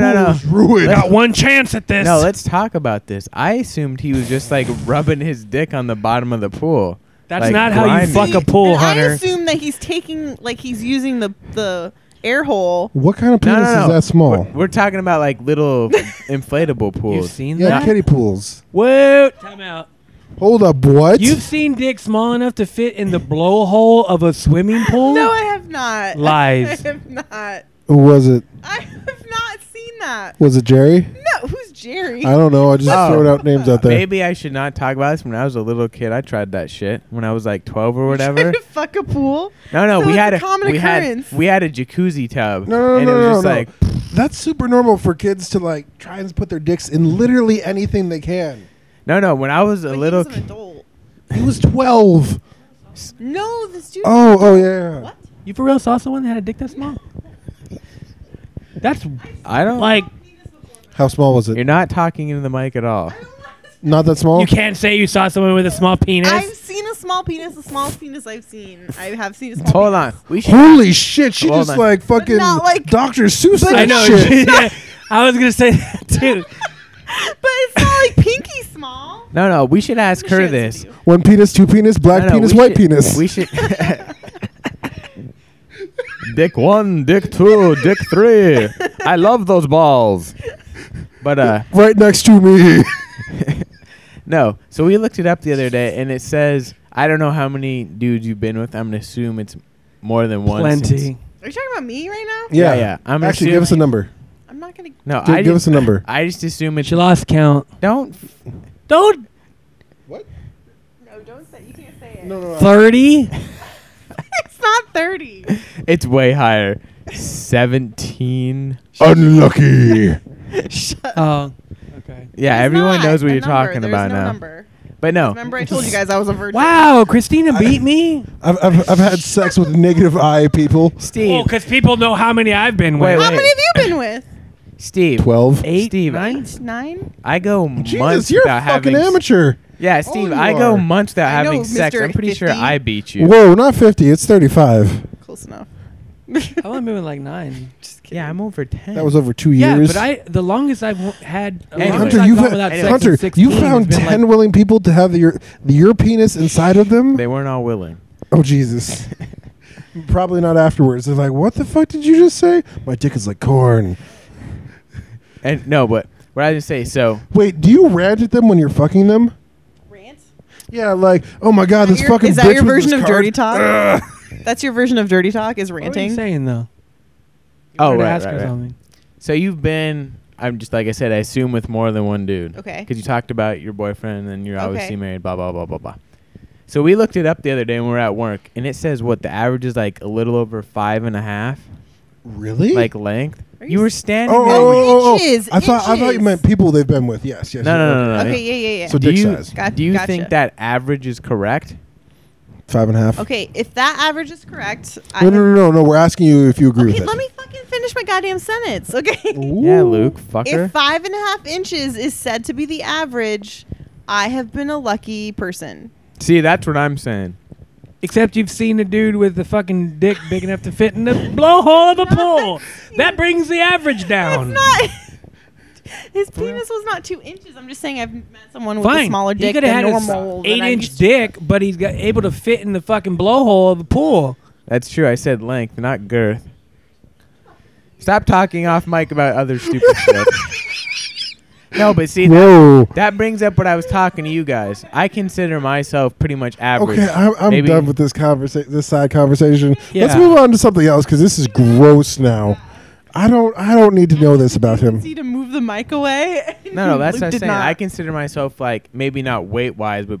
A: No, no,
B: pool
A: no.
B: was ruined.
E: Got one chance at this.
A: No, let's talk about this. I assumed he was just like rubbing his dick on the bottom of the pool.
D: That's
A: Like,
D: not how
A: grimy.
D: you fuck a
A: See,
D: pool,
C: and I
D: Hunter.
C: assume that he's taking like he's using the the air hole.
B: What kind of
A: No,
B: penis
A: no, no.
B: is that small?
A: We're, we're talking about like little inflatable
D: You've
A: pools.
D: seen
B: yeah,
D: that?
B: kiddie pools.
D: Whoa! Time out.
B: Hold up, what?
D: You've seen dick small enough to fit in the blowhole of a swimming pool?
C: No, I have not.
D: Lies.
C: I have not.
B: was it?
C: I have not seen that.
B: Was it Jerry?
C: No, who's Jerry?
B: I don't know. I just
A: Oh.
B: throwing out names out there.
A: Maybe I should not talk about this. When I was a little kid, I tried that shit. When I was like twelve or whatever.
C: Trying to fuck a pool.
A: No, no,
C: So
A: we
C: it's
A: had
C: a
A: a,
C: common
A: we
C: occurrence.
A: had we had a jacuzzi tub,
B: No, no, no,
A: and
B: no,
A: it was
B: no,
A: just
B: no.
A: like
B: That's super normal for kids to like try and put their dicks in literally anything they can.
A: no, no. When I was a
C: But he
A: little,
C: was an adult.
B: He was twelve.
C: No, this dude.
B: Oh, oh yeah.
C: What?
D: You for real saw someone that had a dick that small? That's
A: I don't
D: like
B: How small was
A: You're
B: it?
A: not talking into the mic at all.
B: Not that small.
E: you can't say you saw someone with a small penis.
C: I've seen a small penis. The smallest penis I've seen. I have seen a small.
A: Hold
C: penis.
A: on, we should.
B: Holy shit! She
A: Hold
B: just
A: on.
B: like fucking
C: not like-
B: Dr. Seuss.
C: But
B: that
D: I know.
B: Shit.
D: I was gonna say that too.
C: But it's not like pinky small.
A: No, no, we should ask
C: I'm
A: her
C: ashamed of
A: this.
C: you.
B: One penis, two penis, black
A: No, no,
B: penis,
A: we
B: white
A: should-
B: penis.
A: We should. dick one, dick two, dick three. I love those balls. But uh,
B: right next to me.
A: no. So we looked it up the other day, and it says I don't know how many dudes you've been with. I'm gonna assume it's more than one. since-
D: Plenty.
C: Are you talking about me right now?
A: Yeah, yeah. I'm
B: Actually,
A: assuming-
B: give us a number.
C: I'm not gonna.
A: No,
B: Gi-
A: I
B: give
A: just,
B: us a number.
A: I just assume it's
D: She lost count.
A: don't.
D: Don't
C: No, don't say. You can't say it.
D: thirty.
C: It's not thirty.
A: It's way higher. Seventeen.
B: Unlucky.
D: Oh, okay.
A: Yeah,
C: It's
A: everyone
C: not
A: knows what
C: a
A: you're
C: number.
A: talking
C: There's
A: about
C: no
A: now.
C: Number.
A: But no,
C: Remember, I told you guys I was a virgin.
D: Wow, Christina beat me.
B: I've, I've, I've had sex with negative eye people.
A: Steve.
E: Well, because people know how many I've been
A: Wait,
E: with.
C: How
A: wait.
C: many have you been with?
A: Steve.
B: 12.
A: Eight, Steve.
D: nine?
C: Nine.
A: I go months
B: Jesus, you're a
A: without
B: fucking
A: having. s-
B: amateur.
A: Yeah, Steve.
B: you
A: I go
B: are.
A: months without
C: I know,
A: having sex.
C: Mr.
A: I'm pretty sure
C: 50.
A: I beat you.
B: Whoa, not 50. It's 35.
C: Close enough.
D: I've only been with like nine.
C: Just kidding.
A: Yeah, I'm over ten.
B: That was over two
D: Yeah,
B: years.
D: but I the longest I've w- had. the
A: Anyway.
D: longest
B: Hunter,
D: I've
B: you
D: gone
B: have,
D: without sex is
B: Hunter,
D: 16.
B: you
D: It's
B: found
D: been, like,
B: 10 willing people to have your, your penis inside of them?
A: They weren't all willing.
B: oh, Jesus. Probably not afterwards. They're like, what the fuck did you just say? My dick is like corn.
A: And no, but what I was gonna say. So
B: Wait, do you rant at them when you're fucking them?
C: Rant?
B: Yeah, like, oh my god, this
C: Your-
B: fucking
C: is that
B: bitch
C: your
B: with
C: version
B: this
C: of
B: card-
C: dirty talk? That's your version of dirty talk is
D: What are you
C: ranting.
D: saying though? You
A: Oh,
D: wanted to
A: right,
D: ask
A: right,
D: her
A: right.
D: something.
A: so you've been. I'm just like I said. I assume with more than one dude.
C: Okay.
A: Because you talked about your boyfriend and you're obviously
C: Okay.
A: married. Blah blah blah blah blah. So we looked it up the other day when we were at work, and it says what the average is like a little over five and a half,
B: Really?
A: like length.
C: Are
A: You
C: you
A: were
C: s-
A: standing.
B: oh, oh,
A: there.
B: oh, oh, oh.
C: Inches,
B: I thought I thought you
C: inches.
B: meant people they've been with. Yes, yes.
A: No,
B: yes,
A: no,
B: okay.
A: no, no, no.
C: Okay, yeah, yeah, yeah.
B: So
A: do
B: dick
A: you
B: size.
C: Got-
A: do you
C: gotcha.
A: think that average is correct?
B: Five and a half.
C: okay, if that average is correct, I
B: No, no, no, no, no. We're asking you if you agree
C: okay,
B: with
C: let
B: that.
C: me fucking finish my goddamn sentence, okay?
A: Yeah, Luke, fucker.
C: if five and a half inches is said to be the average, I have been a lucky person.
A: See, that's what I'm saying.
E: Except you've seen a dude with the fucking dick big enough to fit in the blowhole of a pool. That brings the average down.
C: It's not. His penis was not two inches. I'm just saying I've met someone with a
E: Fine.
C: smaller
E: he
C: dick
E: could
C: than
E: have had
C: normal.
E: an
C: than I'm
E: eight-inch
C: used
E: dick, but he's got able to fit in the fucking blowhole of the pool.
A: That's true. I said length, not girth. Stop talking off mic about other stupid stuff. No, but see, that,
B: Whoa.
A: that brings up what I was talking to you guys. I consider myself pretty much average.
B: Okay, I'm, I'm
A: Maybe-
B: done with this conversation. This side conversation. Let's
E: Yeah.
B: move on to something else because this is gross now. I don't. I don't need to know this about
C: to.
B: him.
C: See to move the mic away.
A: No, no, that's
C: Luke
A: what I'm
C: did
A: saying. I consider myself like maybe not weight wise, but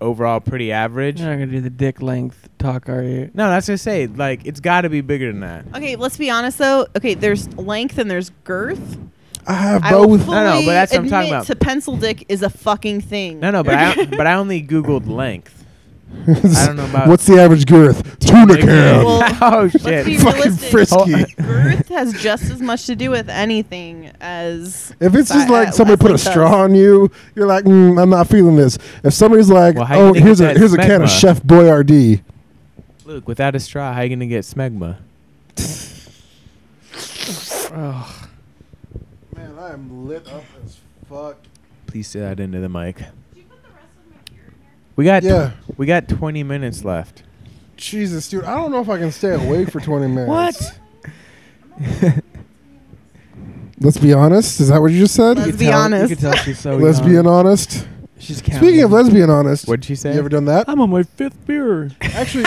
A: overall pretty average.
D: You're not gonna do the dick length talk, are you?
A: No, that's what I say. Like it's got to be bigger than that.
C: Okay, let's be honest though. Okay, there's length and there's girth.
B: I have
C: I will
B: both.
C: fully
A: No, no, but that's what I'm
C: admit
A: talking about.
C: To pencil dick is a fucking thing.
A: No, no, but I but I only googled length. I don't know about-
B: What's the average girth? Tuna can.
C: Well,
A: oh
C: Let's be
A: shit!
B: Fucking
C: realistic.
B: frisky.
C: Girth has just as much to do with anything as
B: If it's just
C: si-
B: like
C: uh,
B: somebody put a
C: as length
B: straw on you, you're like, mm, I'm not feeling this. If somebody's like,
A: Well, how you
B: oh,
A: think
B: here's a
A: that's
B: here's a can
A: smegma?
B: of Chef Boyardee.
A: Luke, without a straw, how you gonna get smegma?
D: Oh,
B: Man, I am lit up as fuck.
A: Please say that into the mic. We got
B: Yeah.
A: we got 20 minutes left.
B: Jesus, dude, I don't know if I can stay awake for 20 minutes.
D: What?
B: Let's be honest. Is that what you just said?
C: Let's
D: You
C: be
D: tell-
C: honest.
D: You can tell she's so
B: lesbian
D: young.
B: honest.
D: She's counting.
B: Speaking of lesbian honest,
A: What did she say?
B: you ever done that?
D: I'm on my fifth beer.
B: Actually,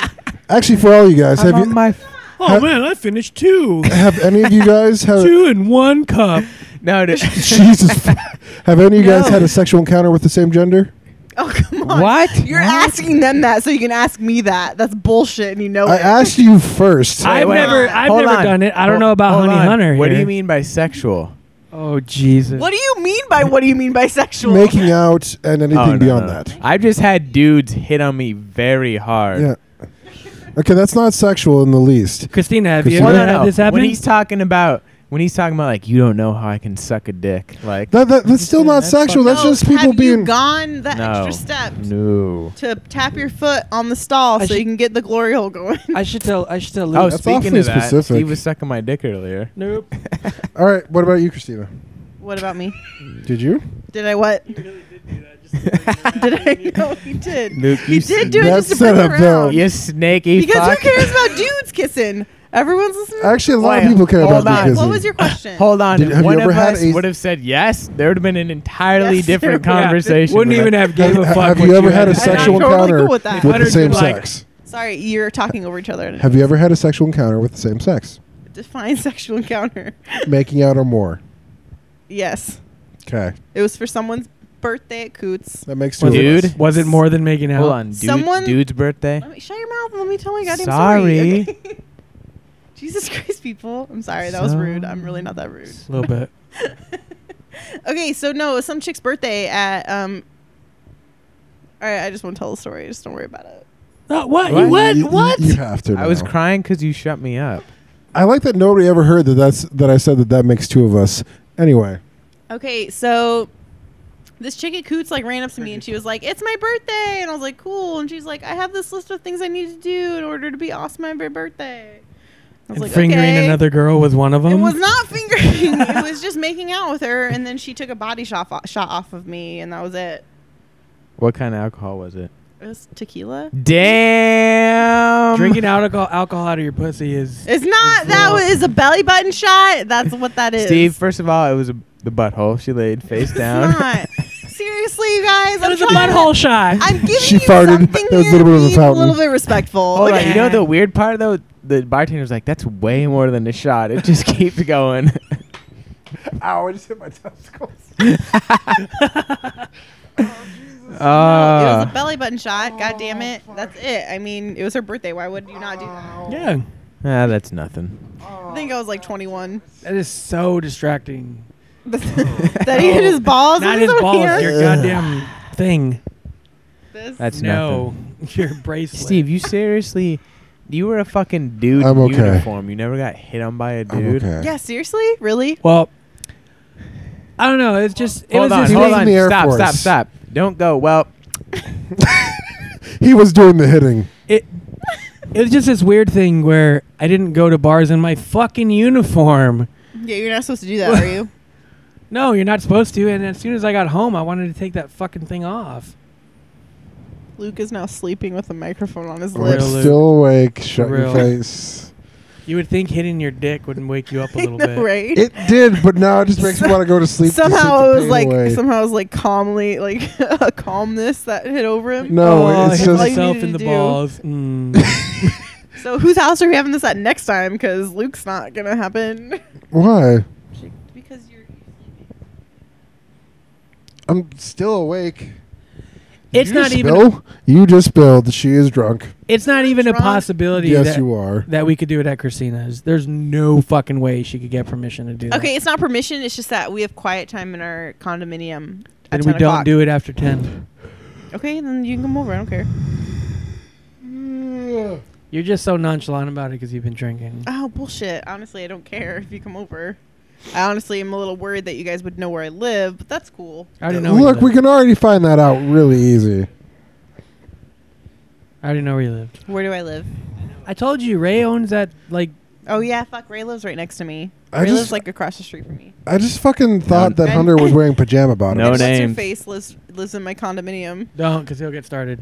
B: actually, for all you guys,
A: I'm
B: have you
A: on my f-
E: Oh man, I finished two,
B: have any of you guys had
E: two in one cup.
A: no, no.
B: Jesus? have any of you guys
C: No.
B: had a sexual encounter with the same gender?
C: Oh come on!
A: What?
C: You're asking them that so you can ask me that? That's bullshit, and you know
B: I
C: it.
B: asked you first.
E: I've
A: Wait, wait,
E: never,
A: wait.
E: I've
A: Hold
E: never
A: on.
E: done it. I don't
A: Hol-
E: know about
A: hold
E: Honey
A: on.
E: Hunter.
A: What do you
E: here.
A: mean by sexual?
D: Oh Jesus.
C: What do you mean by what do you mean by sexual?
B: making out and anything
A: Oh, no,
B: beyond
A: no, no.
B: that.
A: I've just had dudes hit on me very hard.
B: Yeah. Okay, that's not sexual in the least.
E: Christina, have you
B: Christina?
E: ever
A: Well, no,
E: had
A: no.
E: this happen?
A: When he's talking about when he's talking about like you don't know how I can suck a dick, like
B: That, that that's still not
A: That's
B: sexual.
A: fucking-
B: That's just people
C: have
B: being.
C: you gone that
A: no,
C: extra step
A: no.
C: to tap your foot on the stall
D: I
C: so you
D: should-
C: can get the glory hole going.
D: I should tell. I should tell. Luke.
A: Oh,
B: that's
A: speaking
B: awfully
A: of that,
B: specific.
A: Steve was sucking my dick earlier.
D: nope.
B: all right. What about you, Christina?
C: what about me?
B: Did you?
C: Did I what? Did I? No, he did.
A: Luke,
C: He
A: you s-
C: did do it
B: That
C: just to bring
B: setup,
C: around.
B: though.
A: You Oh, snaky
C: Um, Because
A: fuck.
C: who cares about dudes kissing? Everyone's listening.
B: Actually, a lot
A: Wait,
B: of people care
A: hold
B: about
A: on.
B: me kissing.
C: what was your question?
A: Hold on.
B: Did-
A: if
B: have you
A: one
B: ever
A: of
B: had
A: us
B: a-
A: would have said yes, there would have been an entirely
C: Yes,
A: different
C: there would.
A: conversation.
E: Wouldn't
A: with
E: even
A: it.
E: have gave a
B: have,
E: fuck.
B: have
E: what
B: you ever had a
E: had to say.
B: sexual
C: I'm totally
B: encounter
C: cool with that.
B: with the
E: Hunter's
B: same
E: like-
B: sex?
C: Sorry, you're talking over each other.
B: Have you ever had a sexual encounter with the same sex?
C: Define sexual encounter.
B: Making out or more.
C: yes.
B: Okay.
C: It was for someone's birthday at Coots.
B: That makes two
D: Was
B: of
A: Dude.
B: us.
D: It, was it more than making out?
A: Hold on. Dude,
C: Someone-
A: dude's birthday.
C: Let me shut your mouth and let me tell my goddamn story.
A: Sorry.
C: okay? Jesus Christ, people. I'm sorry. That was
D: So-
C: rude. I'm really not that rude.
D: A little bit.
C: Okay, so no, it was some chick's birthday at. um. All right, I just want to tell the story. Just don't worry about it.
E: Uh,
D: Oh, what?
A: What?
D: What?
B: You,
D: what?
B: You have to.
A: I was
B: now.
A: crying because you shut me up.
B: I like that nobody ever heard that. That's that I said that that makes two of us. Anyway,
C: Okay, so this chick at Coots like ran up to me and she was like, "It's my birthday," and I was like, "Cool," and she's like, "I have this list of things I need to do in order to be awesome at my birthday." I was
D: And fingering
C: "Okay."
D: another girl was one of them.
C: It was not fingering. it was just making out with her, and then she took a body shot off, shot off of me, and that was it.
A: What kind of alcohol was it?
C: It was tequila.
A: Damn.
D: Drinking alcohol, alcohol out of your pussy is.
C: Um, It's not. That
D: Well-
C: was a belly button shot. That's what that is.
A: Steve, first of all, it was a, the butthole. She laid face down.
C: It's not. Seriously, you guys.
D: That
C: I'm
D: was a
C: trying to-
D: butthole shot.
C: I'm giving
B: She
C: you
B: farted.
C: something
B: There was a
C: here
B: little bit
C: to
B: of a
C: be
B: fountain.
C: A little bit respectful.
A: Hold
C: Okay.
A: on. You know the weird part though? The bartender's like, that's way more than a shot. It just keeps going.
B: ow! I just hit my testicles. Oh,
C: No, it was a
A: Uh,
C: belly button
D: Oh.
C: shot. God damn it. That's it. I mean, it was her birthday. Why would you not do that?
D: yeah.
A: ah, that's nothing.
C: I
B: Oh.
C: think I was like 21.
D: That is so distracting.
C: that he hit his balls.
D: Oh. Not
C: with
D: his
C: own
D: balls,
C: hand?
D: your goddamn thing.
C: This-
A: That's
D: no,
A: nothing.
D: your bracelet.
A: Steve, you seriously, you were a fucking dude
B: I'm
A: in
B: okay.
A: uniform. You never got hit on by a
B: I'm
A: dude.
B: okay.
C: Yeah, seriously? Really?
D: Well, I don't know. It's just. It
A: Hold
D: was
A: on,
D: just
B: he
A: hold
B: was in
A: on.
B: the Air
A: Stop,
B: Force.
A: stop, stop. Don't go. Well,
B: He was doing the hitting.
D: it it was just this weird thing where I didn't go to bars in my fucking uniform.
C: Yeah, you're not supposed to do that, are you?
D: No, you're not supposed to. And as soon as I got home, I wanted to take that fucking thing off.
C: Luke is now sleeping with a microphone on his
B: We're
D: Real
C: lips.
D: Luke.
B: still awake. Shut
D: Real.
B: your face.
D: You would think hitting your dick would wake you up a
C: I
D: little
C: know,
D: bit.
C: right?
B: It did, but now it just makes me want to go to sleep. to sleep
C: somehow
B: the
C: it was
B: pain
C: like
B: away.
C: somehow it was like calmly like a calmness that hit over him.
B: No,
D: oh,
B: it's
D: I hit
B: just-
D: myself
C: All you
D: in
C: need
D: the
C: to do.
D: balls. Mm.
C: So whose house are we having this at next time? Because Luke's not gonna happen.
B: why?
C: Because you're.
B: I'm still awake.
D: It's
B: you
D: not
B: just
D: even-
B: Spill? You just spilled. She is drunk.
D: it's not even a
C: Drunk?
D: possibility
B: yes,
D: that,
B: you are.
D: that we could do it at Christina's. There's no fucking way she could get permission to do that.
C: Okay, it's not permission. It's just that we have quiet time in our condominium. at
D: And we
C: 10
D: don't
C: o'clock.
D: do it after 10.
C: Okay, then you can come over. I don't care.
D: You're just so nonchalant about it because you've been drinking.
C: Oh bullshit! Honestly, I don't care if you come over. I honestly am a little worried that you guys would know where I live, but that's cool.
D: I already know. where you
B: Look,
D: live.
B: we can already find that out really easy.
D: I already know where you live.
C: Where do I live?
D: I told you Ray owns that like
C: Oh yeah, fuck. Ray lives right next to me.
B: I
C: Ray
B: just,
C: lives like across the street from me.
B: I just fucking thought that
C: And-
B: Hunter was wearing pajama bottoms.
A: No
C: and what's her
A: names.
C: face lives lives in my condominium.
D: don't because he'll get started.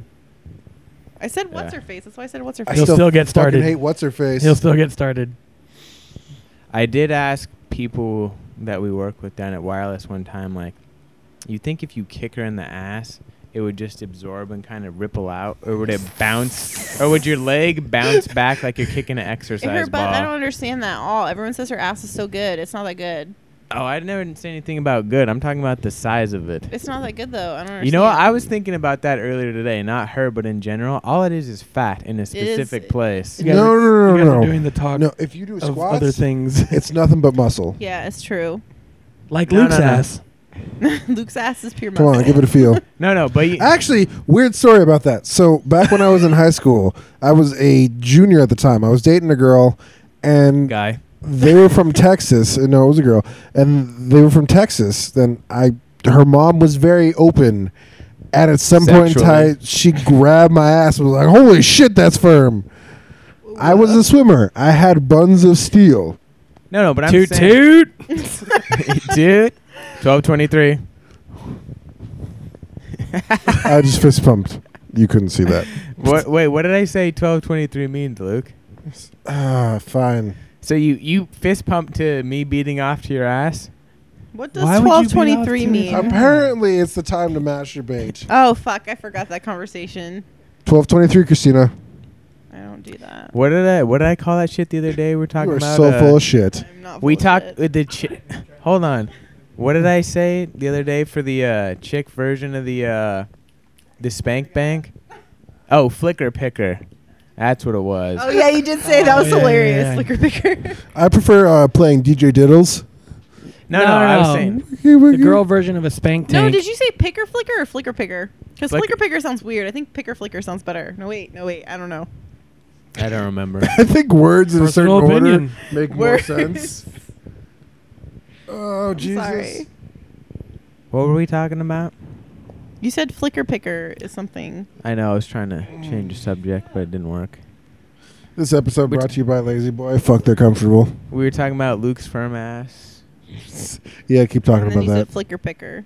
C: I said what's
A: Yeah.
C: her face. That's why I said what's her
B: I
C: face.
D: He'll still get
B: fucking
D: started.
B: Hate what's her face.
D: He'll still get started.
A: I did ask people that we work with down at Wireless one time, like, you think if you kick her in the ass, it would just absorb and kind of ripple out, or would it bounce, or would your leg bounce back like you're kicking an
C: In her
A: exercise
C: butt. I don't
A: ball?
C: understand that at all. Everyone says her ass is so good. It's not that good.
A: Oh, I never didn't say anything about good. I'm talking about the size of it.
C: It's not that good though. I don't understand.
A: You know what? I was thinking about that earlier today. Not her, but in general, all it is is fat in a
C: is.
A: specific place.
B: No,
D: You guys are-
B: no, no,
D: you guys
B: no,
D: are
B: no.
D: doing the talk
B: no, if you do
D: of
B: squats,
D: other things
B: it's nothing but muscle.
C: yeah, it's true.
D: like
A: No,
D: Luke's
A: no, no.
D: ass.
C: Luke's ass is pure
B: Come
C: muscle.
B: on, give it a feel.
A: No, no, but you,
B: Actually, weird story about that. So back when I was in high school, I was a junior at the time. I was dating a girl, and
A: guy.
B: they were from Texas. Uh, No, it was a girl, and they were from Texas. Then I, her mom was very open, and at some point in
A: Sexually.
B: time, she grabbed my ass and was like, "Holy shit, that's firm." I was a swimmer. I had buns of steel.
A: No, no, but I'm
D: Toot
A: saying,
D: toot.
A: dude, twelve twenty three.
B: I just fist pumped. You couldn't see that.
A: What? Wait, what did I say? Twelve twenty three means, Luke.
B: Ah, fine.
A: So you you fist pump to me beating off to your ass?
C: What does
D: Why would you be
C: twelve twenty three
D: off
C: mean?
D: to-
B: Apparently, it's the time to masturbate.
C: Oh fuck! I forgot that conversation.
B: Twelve twenty-three, Christina.
C: I don't do that.
A: What did I what did I call that shit the other day? We're talking
B: You are
A: about.
B: so
A: uh,
B: full of shit.
C: I'm not.
A: we
C: full of
A: talked
C: shit.
A: with the chick. Hold on. What did I say the other day for the uh, chick version of the uh, the spank bank? Oh, flicker picker. That's what it was.
C: Oh yeah, you did say that was
D: yeah, yeah,
C: hilarious.
D: yeah.
C: Flicker picker.
B: I prefer uh, playing DJ Diddles.
A: No, no,
D: No,
A: I was
D: no.
A: saying
D: The
B: Mm-hmm.
D: girl version of a spank tank.
C: No, did you say picker flicker or flicker picker? Because
A: Flicker-
C: flicker picker sounds weird. I think picker flicker sounds better. No wait, no wait, I don't know.
A: I don't remember.
B: I think words in a certain
D: Personal opinion.
B: order make
C: Words.
B: more sense. Oh
C: I'm
B: Jesus!
C: Sorry.
A: what were we talking about?
C: You said flicker picker is something.
A: I know I was trying to change the subject, but it didn't work.
B: This episode
A: Which-
B: brought to you by Lazy Boy. Fuck, they're comfortable.
A: We were talking about Luke's firm ass.
B: Yeah, keep talking
C: and then
B: about
C: you
B: that.
C: said flicker picker.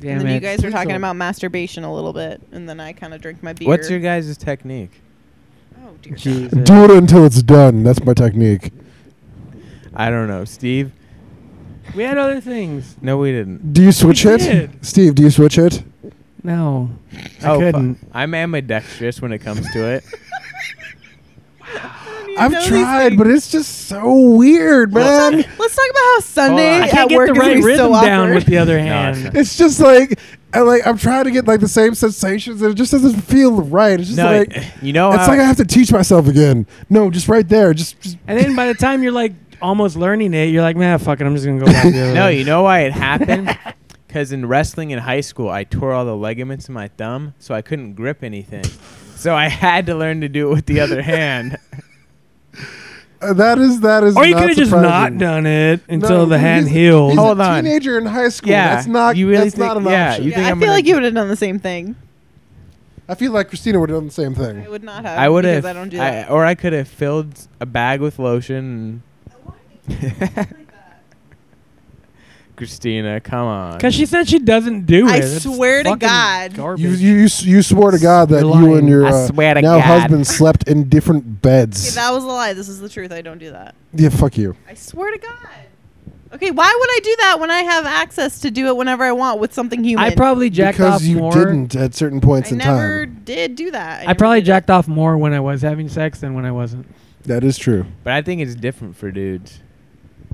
D: Damn
C: and then
D: it.
C: you guys were
B: Please
C: talking
B: don't.
C: about masturbation a little bit, and then I kind of drink my beer.
A: What's your guys' technique?
C: Oh dear.
D: Jeez.
B: Do it until it's done. That's my technique.
A: I don't know, Steve.
D: we had other things.
A: No, we didn't.
B: Do you switch
D: We
B: it,
D: did.
B: Steve? Do you switch it?
D: No. I
A: Oh, fu-
D: couldn't.
A: I'm ambidextrous when it comes to it.
B: I've tried, but it's just so weird,
C: Let's
B: man.
C: talk, let's talk about how Sunday
A: I
D: I
A: can't
C: at
D: can't get
C: work
D: the
C: is
D: right
C: gonna be
D: rhythm
C: so
D: down
C: awkward.
D: with the other
A: it's
D: hand.
A: not.
B: It's just like I like I'm trying to get like the same sensations, and it just doesn't feel right. It's just
A: no, oh,
B: like
A: you know,
B: it's
A: how-
B: like I have to teach myself again. No, just right there. Just, just
D: and then by the time you're like almost learning it, you're like, man, fuck it, I'm just gonna go back. the other
A: no,
D: way."
A: you know why it happened? Because in wrestling in high school, I tore all the ligaments in my thumb, so I couldn't grip anything. So I had to learn to do it with the other hand.
B: uh, that is that is.
D: Or you
B: could have
D: just not done it until
B: No,
D: the hand
B: he's-
D: healed.
B: He's
A: Hold
B: a
A: on.
B: teenager in high school.
A: Yeah,
B: that's not.
A: you really
B: that's
A: think-
B: not an
A: yeah,
B: option.
A: you think
C: yeah, I
A: I'm
C: feel
A: gonna-
C: like you would have done the same thing.
B: I feel like Christina would have done the same thing.
C: I would not have.
A: I would
C: Uh, because
A: have,
C: I don't do
A: I-
C: that.
A: or I could have filled a bag with lotion. And Christina, come on.
D: Because she said she doesn't do it.
C: I
D: That's
C: swear to
D: fucking
C: God.
D: garbage.
B: You, you you s- you swore to God that
D: You're
B: you
D: lying.
B: and your
A: I
B: uh,
A: swear to
B: now
A: God.
B: husband slept in different
C: Okay,
B: beds.
C: that was a lie. This is the truth. I don't do that.
B: yeah, fuck you.
C: I swear to God. Okay, why would I do that when I have access to do it whenever I want with something human?
D: I probably jacked off
B: because you
D: more.
B: didn't at certain points
C: I
B: in
C: never
B: time.
C: did do that.
D: I
C: never
D: probably
C: did
D: jacked off more when I was having sex than when I wasn't.
B: That is true.
A: but I think it's different for dudes.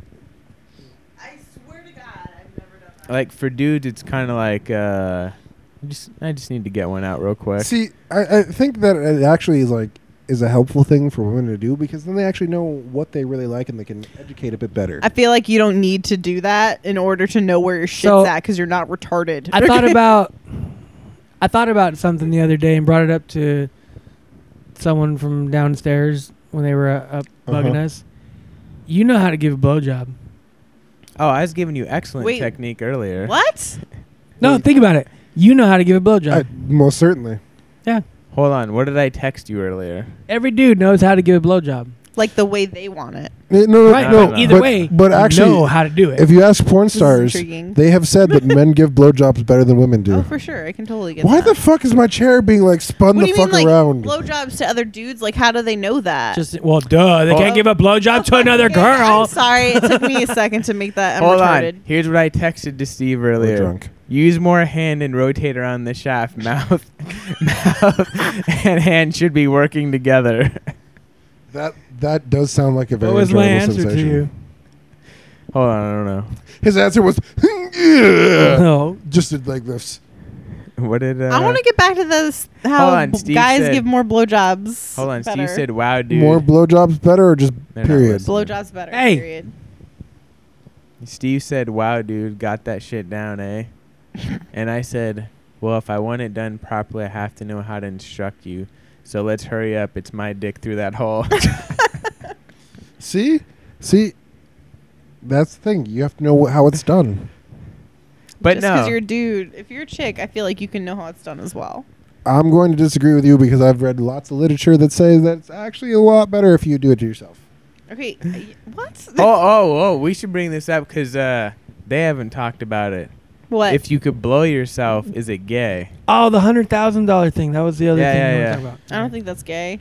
C: it. I swear to God, I've never done that.
A: Like for dudes, it's kind of like uh, just I just need to get one out real quick.
B: See, I, I think that it actually is like is a helpful thing for women to do because then they actually know what they really like and they can educate a bit better.
C: I feel like you don't need to do that in order to know where your shit's
D: So-
C: at because you're not retarded.
D: I thought about I thought about something the other day and brought it up to someone from downstairs when they were uh, up bugging
B: Uh-huh.
D: us. You know how to give a blowjob.
A: Oh, I was giving you excellent
C: Wait,
A: technique earlier.
C: what?
D: No,
B: Wait.
D: think about it. You know how to give a
B: I-
D: blowjob.
B: most certainly.
A: Hold on, what did I text you earlier?
D: Every dude knows how to give a blowjob.
C: Like the way they want it.
B: Eh, No, no,
D: Right.
B: no,
D: but either
B: but-
D: way,
B: but
D: you
B: actually,
D: know how to do it.
B: if you ask porn
C: This is
B: stars,
C: intriguing.
B: they have said that men give blowjobs better than women do.
C: Oh, for sure. I can totally get
B: Why
C: that.
B: the fuck is my chair being like spun
C: what
B: the
C: do you
B: fuck
C: mean,
B: around?
C: like blowjobs to other dudes? Like, how do they know that?
D: Just well, duh. They
A: Hold-
B: Uh,
D: can't give a blowjob to another
C: Okay,
D: girl.
C: I'm sorry, it took me a second to make that. I'm
A: Hold
C: retarded.
A: on. Here's what I texted to Steve earlier.
B: drunk.
A: Use more hand and rotate around the shaft. Mouth, mouth, and hand should be working together.
B: That that does sound like a very
D: What was my
B: enjoyable
D: answer to
B: sensation.
D: you?
A: Hold on, I don't know.
B: His answer was, yeah.
D: No.
B: just did like this.
A: What did uh,
C: I want to get back to this how
A: Hold on,
C: b-
A: Steve
C: guys
A: said-
C: give more blowjobs.
A: Hold on, Steve
C: better.
A: said, "Wow, dude."
B: More blowjobs better or just
A: They're not
B: period?
A: listening.
C: blowjobs better.
D: Hey.
C: Period.
A: Steve said, "Wow, dude, got that shit down, eh?" and I said, "Well, if I want it done properly, I have to know how to instruct you. So let's hurry up. It's my dick through that hole."
B: See, see, that's the thing. You have to know wh- how it's done.
A: but
C: Just
A: no,
C: because you're a dude, if you're a chick, I feel like you can know how it's done as well.
B: I'm going to disagree with you because I've read lots of literature that says that it's actually a lot better if you do it yourself.
C: Okay, I- what?
A: oh, oh, oh, we should bring this up because uh, they haven't talked about it.
C: What?
A: If you could blow yourself, is it gay?
D: Oh, the hundred thousand dollar thing. That was the other
A: Yeah,
D: thing
A: yeah,
D: I
A: yeah.
D: was talking about.
C: I don't think that's gay.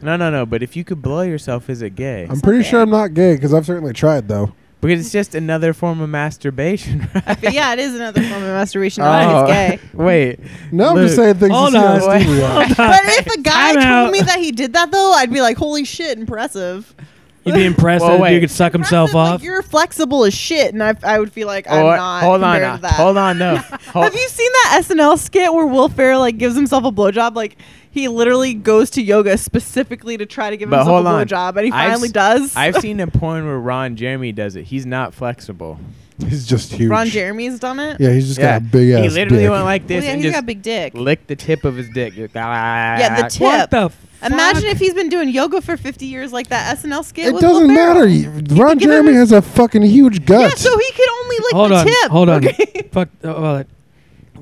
A: No, no, no. But if you could blow yourself, is it gay?
B: I'm pretty
C: not
B: sure
C: gay.
B: I'm not gay because I've certainly tried though.
A: Because it's just another form of masturbation, right? Oh,
C: But yeah, it is another form of masturbation. I don't think it's gay.
A: Wait.
B: No, I'm just
A: Luke.
B: saying things.
D: Hold
B: to see how
D: on,
B: stupid we are.
C: But if a guy
D: Time
C: told
D: out.
C: me that he did that though, I'd be like, "Holy shit, impressive!"
D: You'd be impressed
A: Well,
D: that
A: wait.
D: you could suck himself
C: Impressive, like,
D: off.
C: you're flexible as shit, and I, I would feel like I'm
A: Or-
C: not.
A: hold on.
C: compared
A: uh,
C: to that.
A: Hold on. No. Hold-
C: Have you seen that SNL skit where Will Ferrell like gives himself a blowjob? Like he literally goes to yoga specifically to try to give
A: But
C: himself
A: hold
C: a
A: on.
C: blowjob, and he
A: I've
C: finally
A: s-
C: does.
A: I've seen a porn where Ron Jeremy does it. He's not flexible.
B: He's just huge.
C: Ron Jeremy's done it.
B: Yeah, he's just got a big ass.
A: He literally
B: dick.
A: went like
C: Well,
A: this
C: yeah,
A: and
C: he's
A: just
C: got a big dick.
A: licked the tip of his dick. "Ah." yeah,
C: yeah, the tip.
D: What the? Fuck?
C: Imagine if he's been doing yoga for 50 years like that SNL skit.
B: It
C: with Will
B: doesn't
C: Ferrell.
B: matter. You- Ron
C: give him
B: Jeremy
C: a-
B: has a fucking huge gut.
C: Yeah, so he could only lick
D: Hold
C: the
D: on.
C: tip.
D: Hold on.
C: Okay.
D: Fuck. Oh, well,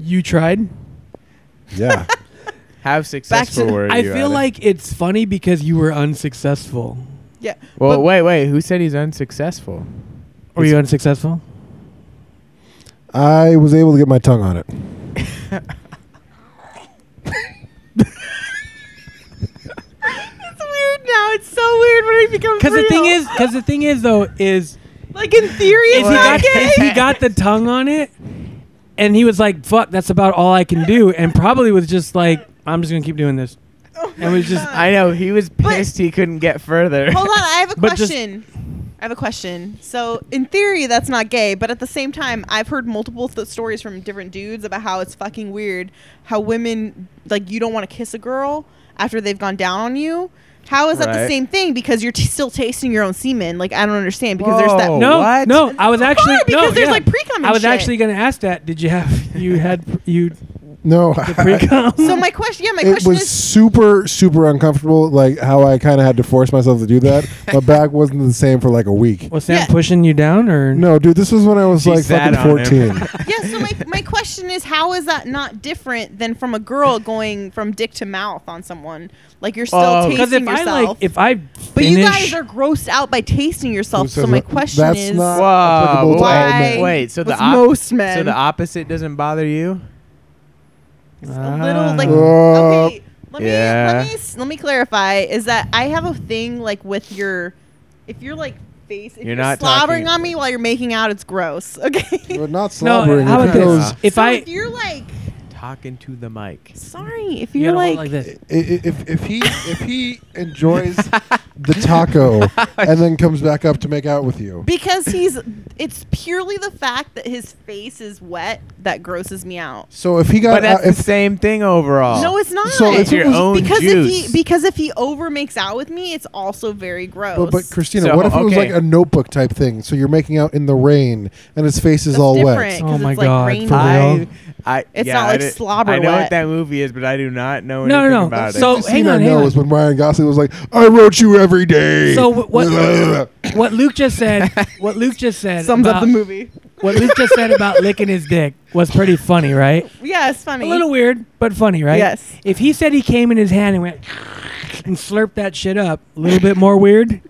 D: you tried.
B: Yeah.
A: How successful
C: the-
A: were you?
D: I
A: at it?
D: feel like it's funny because you were unsuccessful.
C: yeah.
A: Well,
C: but-
A: wait, wait. Who said he's unsuccessful?
D: Were you unsuccessful?
B: I was able to get my tongue on it.
C: It's weird now. It's so weird when it becomes
D: Because the thing
C: real.
D: is, because the thing is though, is
C: like in theory,
D: is
C: it's
D: he
C: not
D: got
C: gay.
D: is he got the tongue on it, and he was like, "Fuck, that's about all I can do," and probably was just like, "I'm just gonna keep doing this."
C: Oh
D: It was just-
C: my God.
A: I know he was pissed he couldn't get further.
C: Hold on, I have a
D: But just-
C: question. I have a question. So, in theory, that's not gay, but at the same time, I've heard multiple th- stories from different dudes about how it's fucking weird how women like you don't want to kiss a girl after they've gone down on you. How is that the
A: Right.
C: same thing? Because you're t- still tasting your own semen. Like I don't understand because there's that
A: Whoa.
D: No,
A: Oh, What?
D: no, I was actually
C: Sure, because
D: no,
C: there's
D: yeah.
C: like pre-cum. and
D: I was
C: shit.
D: actually gonna ask that. Did you have you had you
B: No.
D: the pre-cum?
C: So my question, yeah, my
B: it
C: question
B: was
C: is,
B: super, super uncomfortable. Like how I kind of had to force myself to do that. my back wasn't the same for like a week.
D: was Sam
C: Yeah.
D: pushing you down or
B: No, dude, this was when I was
A: She
B: like
A: sat
B: fucking
A: on him.
B: 14.
C: yeah. So my, my question is, how is that not different than from a girl going from dick to mouth on someone? Like you're still
A: Oh. 'Cause
C: tasting
D: Because if
C: yourself.
D: I like, if I
C: But
D: finish,
C: you guys are grossed out by tasting yourself.
B: Who
C: So
B: says
C: my
B: that?
C: question
B: That's
C: is,
B: not-
A: Whoa!
B: applicable to all
A: Why?
C: men.
A: Wait, so the
C: With
A: op-
C: most men.
A: so the opposite doesn't bother you?
C: a little
D: Ah.
C: like
B: Uh,
C: okay. Let me
A: yeah.
C: let me s- let me clarify. Is that I have a thing like with your, if you're like face, if
A: You're
C: you're,
A: not
C: slobbering
A: talking-
C: on me while you're making out, it's gross. Okay.
B: but not
D: no.
B: slobbering.
D: how
B: if
D: about
B: it
A: you
D: this?
B: goes,
A: Uh,
D: If
C: So
D: I
C: if you're like,
A: Talking to the mic.
C: sorry, if
D: you
C: you're
D: gotta hold
C: like,
D: it like this.
B: i- i- if, if he if he enjoys the taco and then comes back up to make out with you,
C: because he's, it's purely the fact that his face is wet that grosses me out.
B: so if he got
A: But that's
B: out-
A: the
B: uh, if
A: same thing overall.
C: No, it's not.
B: Oh. So
A: it's
B: if it
A: your
B: was-
A: own
C: because
A: juice.
C: if he because if he over makes out with me, it's also very gross.
B: But, but Christina,
A: So,
B: what if it was
A: okay.
B: like a notebook type thing? So you're making out in the rain, and his face is
C: That's
B: all
C: different.
B: wet.
C: 'cause
D: Oh my
C: it's, like,
D: god!
C: raining.
D: for real?
A: I, I,
C: It's
A: yeah,
C: not
A: I
C: like
A: did-
C: slobber
A: I know
C: wet.
A: what that movie is, but I do not know
D: No,
A: anything
D: no, no.
A: about it.
D: So-
C: Oh,
B: the
D: hang
B: scene
D: on,
B: I
D: hang
B: know
D: on.
B: is when Ryan Gosling was like, "I wrote you every day."
D: So wh- what? what Luke just said. What Luke just said
C: sums up
D: about-
C: the movie.
D: What Luke just said about licking his dick was pretty funny, right?
C: Yeah, it's funny.
D: A little weird, but funny, right?
C: Yes.
D: If he said he came in his hand and went and slurped that shit up, a little bit more weird.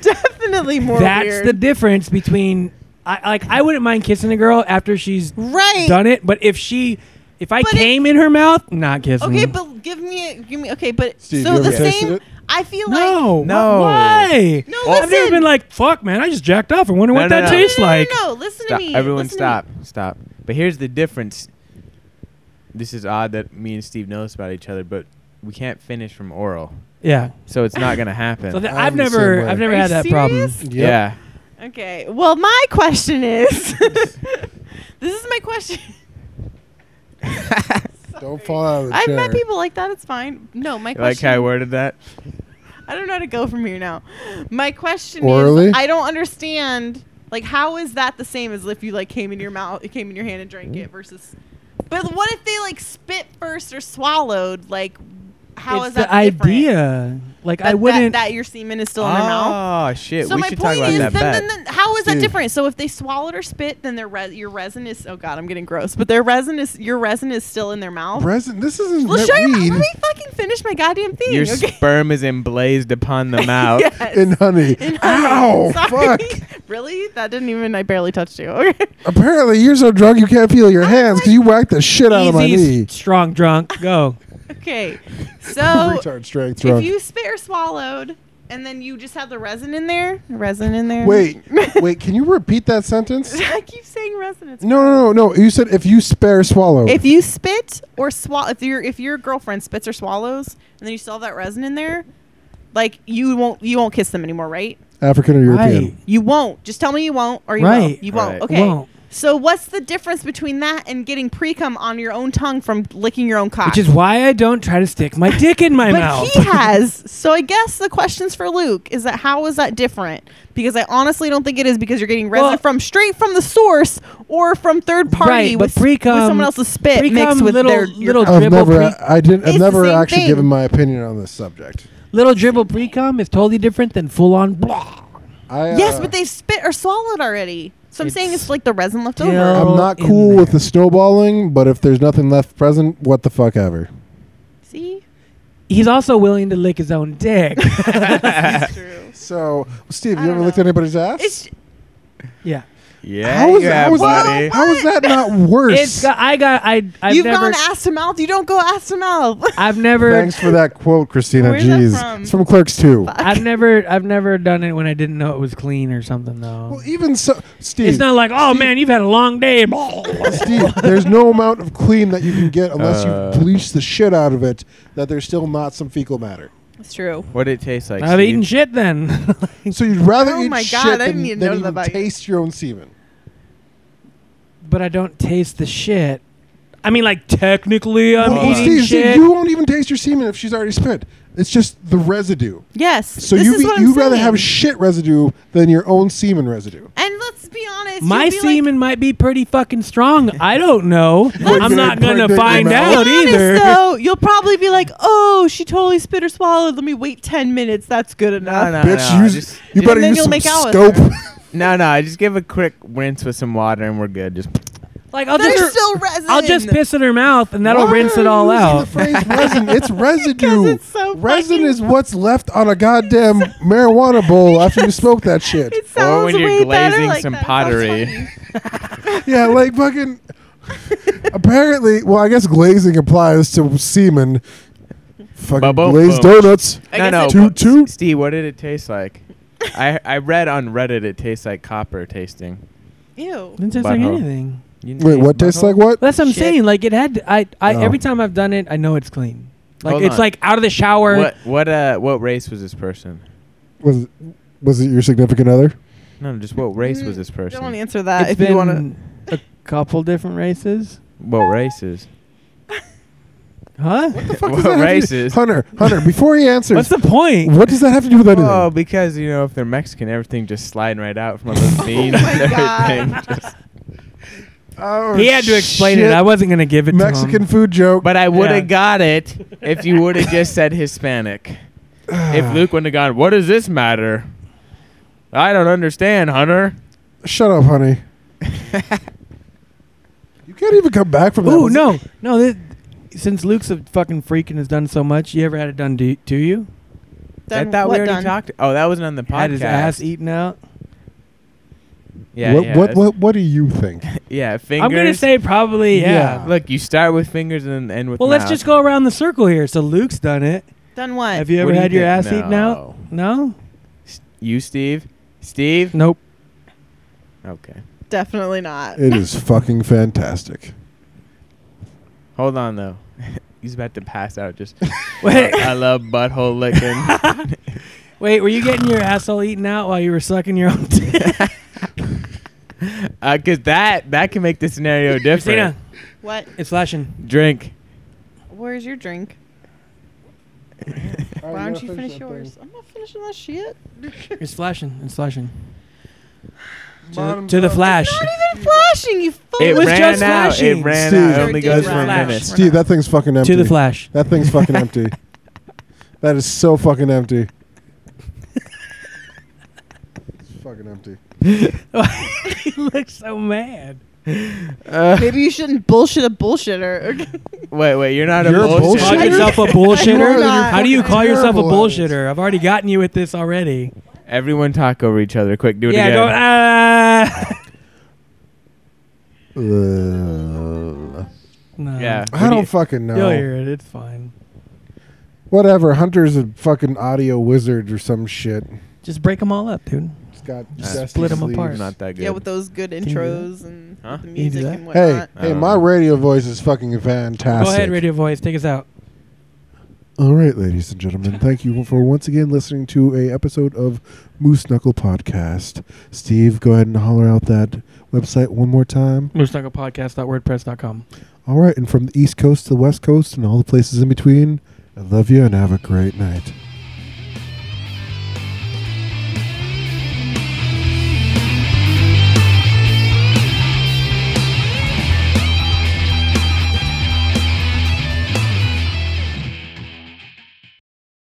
C: Definitely more.
D: That's
C: weird.
D: the difference between I like I wouldn't mind kissing a girl after she's
C: right.
D: done it, but if she if I
C: But it-
D: came in her mouth, not kissing.
C: Okay, but give me a, give me okay, but
B: Steve,
C: so
B: you
C: the
B: ever tasted
C: same.
B: it?
C: I feel like.
D: no,
A: No.
D: wh- why?
C: No,
D: I've never
C: listen.
D: been like fuck, man. I just jacked off. I wonder
A: No,
D: what
A: no,
D: that
A: no.
C: No, no,
D: tastes
C: no, no,
D: like.
C: no, listen
A: Stop.
C: to me.
A: Everyone,
C: listen to
A: stop.
C: me.
A: Stop. But here's the difference. This is odd that me and Steve know this about each other, but we can't finish from oral,
D: Yeah.
A: so it's not gonna happen.
D: So th-
B: I'm
D: I've
B: the same
D: never
B: way.
D: I've never
C: Are you
D: had that problem.
C: serious?
A: Yeah.
C: Okay. Well, my question is. this is my question.
B: Don't fall out of the
C: I've
B: chair.
C: met people like that. It's fine. No, my
A: You Like
C: question.
A: how I worded that.
C: I don't know how to go from here now. My question
B: Orally?
C: is, I don't understand. Like, how is that the same as if you like came in your mouth, it came in your hand and drank it versus? But what if they like spit first or swallowed? Like, how is
D: it's
C: that
D: the
C: different?
D: idea. Like
C: That,
D: I wouldn't.
C: that, that your semen is still in their mouth.
A: Oh shit!
C: So
A: we
C: my
A: should talk
C: point
A: about
C: is,
A: that
C: then,
A: bet.
C: then, then, how is that
B: Dude.
C: different? So if they swallowed or spit, then their res- your resin is oh god, I'm getting gross, but their resin is your resin is still in their mouth.
B: Resin. This isn't
C: well, shut your mouth.
B: weed
C: Let me fucking finish my goddamn thing.
A: Your
C: okay?
A: sperm is emblazed upon the mouth.
C: Yes.
B: in honey.
C: In honey.
B: Ow!
C: Sorry.
B: Fuck.
C: Really? That didn't even. I barely touched you. Okay.
B: Apparently, you're so drunk you can't feel your hands because you whacked the shit out of my
D: Easy,
B: knee.
D: s- strong drunk. Go.
C: Okay. So
B: Retard strength
C: if
B: drunk.
C: you spit or swallowed, and then you just have the resin in there, resin in there.
B: Wait, wait. Can you repeat that sentence?
C: I keep saying resin. It's
B: No, no, no, no. You said if you spare swallow.
C: If you spit or swallow, if your if your girlfriend spits or swallows, and then you still have that resin in there, like you won't you won't kiss them anymore, right?
B: African or European.
D: Right.
C: You won't. Just tell me you won't, or you
D: Right.
C: won't. You won't.
A: Right.
C: Okay.
D: Won't.
C: So what's the difference between that and getting pre cum on your own tongue from licking your own cock?
D: Which is why I don't try to stick my dick in my
C: but
D: mouth.
C: he has. So I guess the questions for Luke is that how is that different? Because I honestly don't think it is because you're getting resin
D: Well-
C: from straight from the source or from third party
D: right,
C: with,
D: but pre-cum,
C: with someone else's spit mixed
D: pre-cum
C: with
D: little
C: their your
D: little
B: I've
D: dribble.
B: never,
D: Pre,
B: I didn't,
C: It's
B: I've
C: the
B: never
C: same
B: actually
C: thing.
B: given my opinion on this subject.
D: little dribble pre-cum is totally different than full-on. Blah.
B: I, uh,
C: Yes, but they've spit or swallowed already. So I'm saying it's
D: It's
C: like the resin left
D: still-
C: over.
B: I'm not
D: in
B: cool with
D: there.
B: the snowballing, but if there's nothing left present, what the fuck ever.
C: See?
D: He's also willing to lick his own dick.
C: That's true.
B: So, Steve,
C: I
B: you
C: don't
B: ever licked
C: know.
B: anybody's ass?
C: It's
D: yeah.
A: Yeah,
B: how is,
A: you
B: how
A: have,
B: is
A: buddy.
B: that, how is that not worse?
D: It's got, I got I I've
C: you've
D: never
C: gone ass to mouth. You don't go ass to mouth.
D: I've never
B: Thanks for that quote, Christina.
C: Where's that
B: Jeez.
C: from?
B: It's from Clerks 2.
D: I've never I've never done it when I didn't know it was clean or something though.
B: Well, even so, Steve,
D: it's not like oh man you've had a long day.
B: Steve, there's no amount of clean that you can get unless
A: Uh.
B: you bleach the shit out of it that there's still not some fecal matter.
C: That's true.
A: What did it taste like?
D: I've
A: Steve?
D: eaten shit then.
B: So you'd rather
C: Oh
B: eat
C: my God, I
B: shit
C: didn't
B: than, than
C: even know that
B: even
C: about you.
B: taste your own semen.
D: but I don't taste the shit. I mean, like technically, I'm
B: Well,
D: eating
B: Steve, Steve,
D: shit.
B: you won't even taste your semen if she's already spit. It's just the residue.
C: Yes.
B: So
C: this
B: you
C: is
B: be-
C: what I'm
B: you'd rather
C: saying.
B: have shit residue than your own semen residue.
C: And let's be honest.
D: My
C: you'd be like,
D: semen might be pretty fucking strong. I don't know. I'm
B: it
D: not gonna
B: pregnant
D: find
B: your mouth?
D: out
C: be honest,
D: either.
C: Though, you'll probably be like, "Oh, she totally spit or swallowed. Let me wait ten minutes. That's good enough."
A: No, no,
B: Bitch,
A: no.
B: use,
A: just,
B: you better
C: And then
B: use
C: you'll
B: some
C: make out with
B: scope.
C: her.
A: no, no. I just give a quick rinse with some water, and we're good. Just
D: Like I'll
C: There's
D: just
C: still resin.
D: I'll just piss in her mouth and that'll
B: Why
D: rinse
B: are
D: it
B: you
D: all
B: using
D: out.
B: The phrase resin. It's residue.
C: it's so
B: resin
C: fucking-
B: is what's left on a goddamn marijuana bowl after you smoke that shit.
C: It sounds
A: when you're
C: way better
A: glazing
C: like
A: some
C: that. That's
A: pottery.
C: funny.
B: Yeah, like fucking. apparently, well, I guess glazing applies to semen. Fucking
A: Ba-boom,
B: glazed
A: boom.
B: donuts.
C: I
A: no,
C: guess
A: no.
C: it-
B: Toot, toot.
A: Steve, what did it taste like? I I read on Reddit it tastes like copper tasting.
C: Ew.
D: Didn't taste like
A: Butthole.
D: anything.
A: You didn't
B: Wait,
A: taste
B: what tastes
A: butthole?
B: like what?
D: That's what I'm
C: Shit.
D: saying. Like it had. I. I
B: Oh.
D: every time I've done it, I know it's clean. Like
A: Hold
D: it's
A: on.
D: like out of the shower.
A: What what uh what race was this person?
B: Was it, was it your significant other?
A: No, just what race was
C: Mm,
A: this person?
C: Don't answer that
D: It's
C: if
D: been
C: you want to.
D: a couple different races.
A: What races?
D: Huh?
B: The fuck
A: What
B: does that have to do-
A: races?
B: Hunter, Hunter, before he answers,
D: What's the point?
B: what does that have to do with anything?
A: Oh, because you know if they're Mexican, everything just sliding right out from the beans and
C: Oh my God.
A: everything. Just-
B: Oh,
D: He had to explain
B: shit.
D: it. I wasn't gonna give it
B: Mexican
D: to him.
B: food joke.
A: But I would have
D: Yeah.
A: got it if you would have just said Hispanic. if Luke wouldn't have gone, what does this matter? I don't understand, Hunter.
B: Shut up, honey. you can't even come back from that.
D: Ooh,
B: Was it-
D: no, no. This, since Luke's a fucking freak and has done so much, you ever had it done to, to you?
A: I thought we already talked. Oh, that wasn't on the podcast.
D: Had his ass eaten out.
A: Yeah,
B: what,
A: yeah,
B: what,
A: that's-
B: what, what do you think?
A: Yeah, fingers.
D: I'm gonna say probably yeah.
B: Yeah.
A: Look, you start with fingers and then end with.
D: Well, let's just go around the circle here. So Luke's done it.
C: Done what?
D: Have you
A: What
D: ever
A: do you
D: had your
A: think?
D: ass eaten out? No.
A: You, Steve. Steve.
D: Nope.
A: Okay.
C: Definitely not.
B: It is fucking fantastic.
A: Hold on though. He's about to pass out. Just.
D: Wait.
A: I love butthole licking.
D: Wait, were you getting your asshole eaten out while you were sucking your own dick?
A: Uh, Cause that that can make the scenario
D: Christina,
A: different.
C: What?
D: it's flashing.
A: Drink.
C: Where's your drink? Why don't you finish yours? I'm not finishing that shit.
D: It's flashing. It's flashing. To, to the flash.
C: Not even flashing, you fool.
A: It
D: was
A: ran
D: just
A: out.
D: flashing.
A: It ran
B: Steve.
A: out. It only goes for a
D: Flash.
A: minute.
B: Steve, that thing's fucking empty.
D: To the flash.
B: That thing's fucking empty. That is so fucking empty. it's fucking empty.
D: he looks so mad.
C: Maybe you shouldn't bullshit a bullshitter.
A: Uh, Wait, wait. You're not
B: You're
A: a
B: a
A: bullshit.
D: Call
B: bullshitter?
D: yourself a
B: You are
D: bullshitter?
B: not.
D: How do you call yourself a
B: Terrible at it.
D: bullshitter? I've already gotten you with this already.
A: Everyone talk over each other. Quick, do it
E: yeah,
A: again.
E: go. Uh,
B: Uh,
D: ah! No.
A: yeah.
B: I
A: What do
B: don't
A: you-
B: fucking know.
D: You'll hear it. It's fine.
B: Whatever. Hunter's a fucking audio wizard or some shit.
D: Just break them all up, dude.
B: He's got
A: Just
B: dusty
D: split 'em apart.
B: sleeves.
A: Not that good.
C: Yeah, with those good
D: you do
C: intros and
A: Huh?
C: with the
D: Can you do
C: music
D: that?
C: and
B: Hey,
C: whatnot.
A: I
B: hey,
A: don't
B: my
A: know.
B: radio voice is fucking fantastic.
D: Go ahead, radio voice. Take us out.
B: All right, ladies and gentlemen, thank you for once again listening to a episode of Moose Knuckle Podcast. Steve, go ahead and holler out that website one more time.
D: MooseKnucklePodcast.wordpress.com.
B: All right, and from the East Coast to the West Coast and all the places in between, I love you and have a great night.